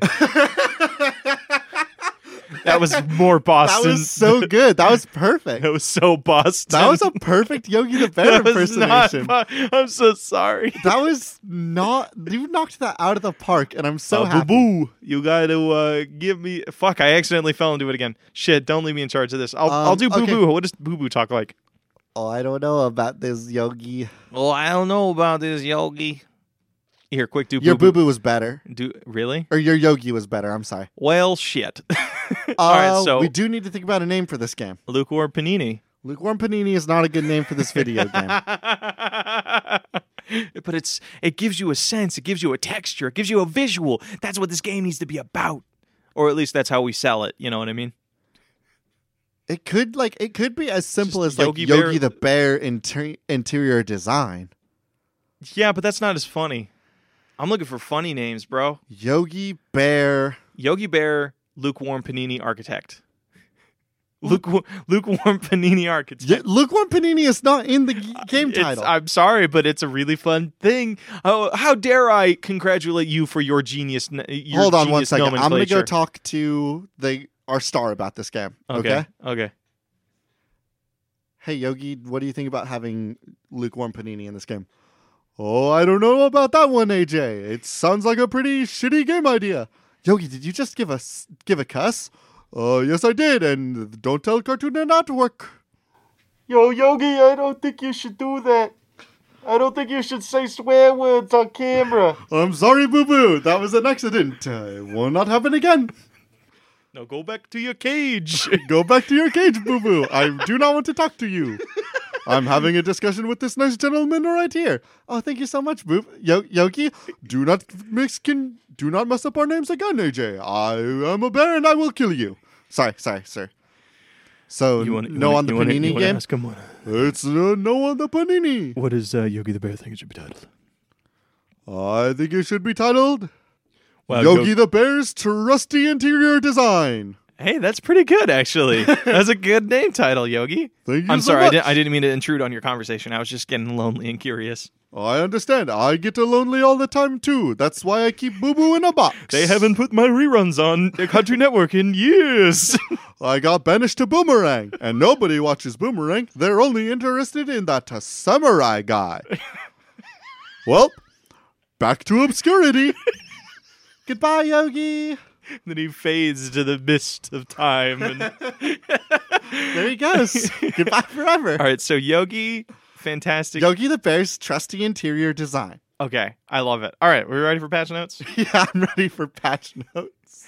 [SPEAKER 2] that was more
[SPEAKER 1] That
[SPEAKER 2] Boston.
[SPEAKER 1] was so good. That was perfect.
[SPEAKER 2] That was so Boston.
[SPEAKER 1] That was a perfect Yogi the Bear
[SPEAKER 2] That was not
[SPEAKER 1] impersonation.
[SPEAKER 2] Bo- I'm so sorry.
[SPEAKER 1] that was not. You knocked that out of the park, and I'm so happy.
[SPEAKER 2] boo boo. You got to uh, give me. Fuck! I accidentally fell into it again. Shit! Don't leave me in charge of this. I'll I'll
[SPEAKER 1] Um,
[SPEAKER 2] do boo
[SPEAKER 1] okay.
[SPEAKER 2] boo. What does boo boo talk like?
[SPEAKER 1] Oh, I don't know about this Yogi.
[SPEAKER 2] Oh, I don't know about this yogi. Here, quick, do
[SPEAKER 1] Your boo
[SPEAKER 2] boo
[SPEAKER 1] boo was better,
[SPEAKER 2] Do really?
[SPEAKER 1] or your Yogi was better. I'm sorry.
[SPEAKER 2] Well, shit. All right,
[SPEAKER 1] Uh,
[SPEAKER 2] so
[SPEAKER 1] we do need to think about a name for this game.
[SPEAKER 2] lukewarm panini.
[SPEAKER 1] Lukewarm panini is not a good name for this video game.
[SPEAKER 2] but it's it gives you a sense. It gives you a texture. It gives you a visual. That's what this game needs to be about. Or at least that's how we sell it. You know what I mean?
[SPEAKER 1] It could like it could be as simple
[SPEAKER 2] Just
[SPEAKER 1] as like
[SPEAKER 2] Yogi
[SPEAKER 1] Yogi,
[SPEAKER 2] Bear-
[SPEAKER 1] the Bear inter- interior design.
[SPEAKER 2] Yeah, but that's not as funny. I'm looking for funny names, bro.
[SPEAKER 1] Yogi Bear.
[SPEAKER 2] Yogi Bear, lukewarm panini architect. Lukewarm, lukewarm panini architect.
[SPEAKER 1] Yeah, lukewarm panini is not in the g- game
[SPEAKER 2] Uh, It's-
[SPEAKER 1] title.
[SPEAKER 2] I'm sorry, but it's a really fun thing. Oh, how dare I congratulate you for your genius? n- Your
[SPEAKER 1] Hold on one
[SPEAKER 2] genius
[SPEAKER 1] second. I'm gonna go
[SPEAKER 2] nomenclature.
[SPEAKER 1] talk to the our star about this game. Okay.
[SPEAKER 2] Okay. Okay.
[SPEAKER 1] Hey Yogi, what do you think about having lukewarm panini in this game? Oh, I don't know about that one, AJ. It sounds like a pretty shitty game idea. Yogi, did you just give us give a cuss? uh, yes, I did, and don't tell Cartoon Network.
[SPEAKER 3] Yo, Yogi, I don't think you should do that. I don't think you should say swear words on camera.
[SPEAKER 1] I'm sorry, Boo Boo. That was an accident. Uh, it will not happen again.
[SPEAKER 2] Now go back to your cage.
[SPEAKER 1] Go back to your cage, Boo Boo. I do not want to talk to you. I'm having a discussion with this nice gentleman right here. Oh, thank you so much, Boo Yo- Yoki. Do not mix can do not mess up our names again, AJ. I am a bear and I will kill you. Sorry, sorry, sir. So no on the panini game.
[SPEAKER 2] him what,
[SPEAKER 1] It's uh, no on the panini.
[SPEAKER 2] what is uh, Yogi the Bear think it should be titled?
[SPEAKER 1] I think it should be titled
[SPEAKER 2] Uh,
[SPEAKER 1] Yogi the Bear's Trusty Interior Design.
[SPEAKER 2] Hey, that's pretty good, actually. That's a good name title, Yogi.
[SPEAKER 1] Thank you
[SPEAKER 2] I'm
[SPEAKER 1] so
[SPEAKER 2] sorry, I,
[SPEAKER 1] much.
[SPEAKER 2] didn't, I didn't mean to intrude on your conversation. I was just getting lonely and curious.
[SPEAKER 1] I understand. I get lonely all the time too. That's why I keep Boo Boo in a box.
[SPEAKER 2] They haven't put my reruns on the Country Network in years.
[SPEAKER 1] I got banished to Boomerang, and nobody watches Boomerang. They're only interested in that uh, samurai guy. well, back to obscurity. Goodbye, Yogi.
[SPEAKER 2] then he fades to the mist of time. And...
[SPEAKER 1] There he goes. Goodbye forever.
[SPEAKER 2] All right, so Yogi, fantastic.
[SPEAKER 1] Yogi the Bear's trusty interior design.
[SPEAKER 2] Okay, I love it. All right, we're ready for patch notes.
[SPEAKER 1] Yeah, I'm ready for patch notes.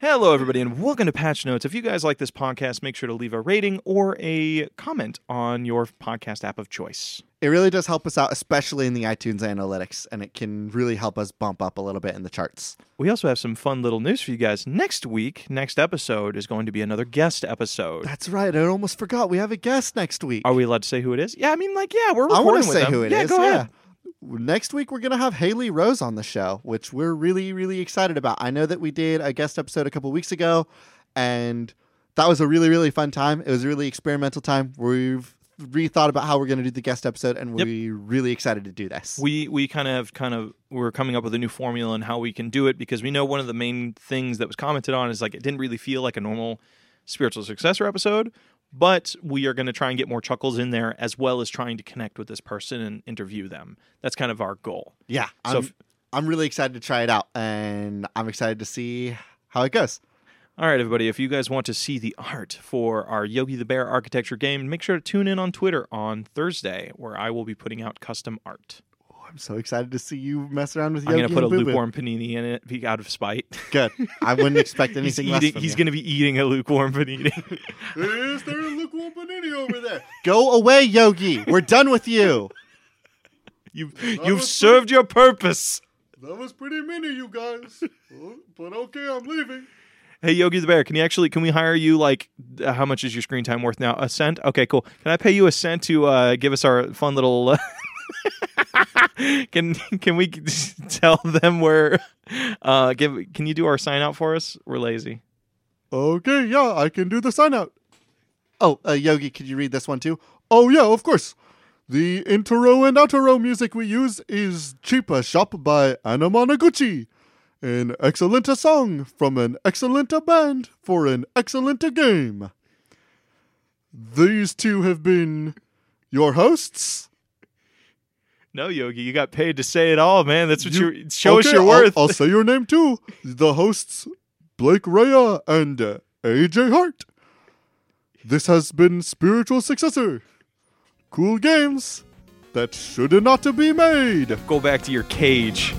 [SPEAKER 2] Hello, everybody, and welcome to Patch Notes. If you guys like this podcast, make sure to leave a rating or a comment on your podcast app of choice.
[SPEAKER 1] It really does help us out, especially in the iTunes analytics, and it can really help us bump up a little bit in the charts.
[SPEAKER 2] We also have some fun little news for you guys. Next week, next episode is going to be another guest episode.
[SPEAKER 1] That's right. I almost forgot. We have a guest next week.
[SPEAKER 2] Are we allowed to say who it is? Yeah, I mean, like, yeah, we're
[SPEAKER 1] I
[SPEAKER 2] recording
[SPEAKER 1] want to
[SPEAKER 2] with
[SPEAKER 1] say
[SPEAKER 2] them.
[SPEAKER 1] who it is.
[SPEAKER 2] yeah, go ahead.
[SPEAKER 1] Next week we're gonna have Haley Rose on the show, which we're really, really excited about. I know that we did a guest episode a couple weeks ago, and that was a really, really fun time. It was a really experimental time. We've rethought about how we're gonna do the guest episode, and
[SPEAKER 2] Yep.
[SPEAKER 1] we're really excited to do this.
[SPEAKER 2] We we kind of kind of we're coming up with a new formula and how we can do it because we know one of the main things that was commented on is like it didn't really feel like a normal spiritual successor episode, but we are going to try and get more chuckles in there as well as trying to connect with this person and interview them. That's kind of our goal.
[SPEAKER 1] yeah, I'm,
[SPEAKER 2] So if-
[SPEAKER 1] I'm really excited to try it out, and I'm excited to see how it goes.
[SPEAKER 2] All right, everybody, if you guys want to see the art for our Yogi the Bear architecture game, make sure to tune in on Twitter on Thursday, where I will be putting out custom art.
[SPEAKER 1] Oh, I'm so excited to see you mess around with.
[SPEAKER 2] I'm going
[SPEAKER 1] Yogi
[SPEAKER 2] to put a
[SPEAKER 1] and Boo Boo.
[SPEAKER 2] lukewarm panini in it be- out of spite.
[SPEAKER 1] Good. I wouldn't expect
[SPEAKER 2] he's
[SPEAKER 1] anything less
[SPEAKER 2] eating,
[SPEAKER 1] from
[SPEAKER 2] he's
[SPEAKER 1] you.
[SPEAKER 2] going to be eating a lukewarm panini.
[SPEAKER 1] Is there a lukewarm panini over there? Go away, Yogi. We're done with you.
[SPEAKER 2] you've
[SPEAKER 1] was
[SPEAKER 2] you've
[SPEAKER 1] pretty-
[SPEAKER 2] served your purpose.
[SPEAKER 1] That was pretty mini, you guys. Oh, But okay, I'm leaving.
[SPEAKER 2] Hey, Yogi the Bear, can you actually can we hire you? Like, uh, how much is your screen time worth now? A cent? Okay, cool. Can I pay you a cent to uh, give us our fun little? Uh, can can we tell them where? Uh, give can you do our sign out for us? We're lazy.
[SPEAKER 1] Okay, yeah, I can do the sign out. Oh, uh, Yogi, could you read this one too? Oh, yeah, of course. The intro and outro music we use is Cheaper Shop by Anna Monoguchi. An excellent song from an excellent band for an excellent game. These two have been your hosts.
[SPEAKER 2] No, Yogi, you got paid to say it all, man. That's what
[SPEAKER 1] You-
[SPEAKER 2] you, show us
[SPEAKER 1] Okay,
[SPEAKER 2] your
[SPEAKER 1] I'll-
[SPEAKER 2] worth.
[SPEAKER 1] I'll, say your name too. The hosts, Blake Raya and uh, AJ Hart. This has been Spiritual Successor. Cool games that should not be made.
[SPEAKER 2] Go back to your cage.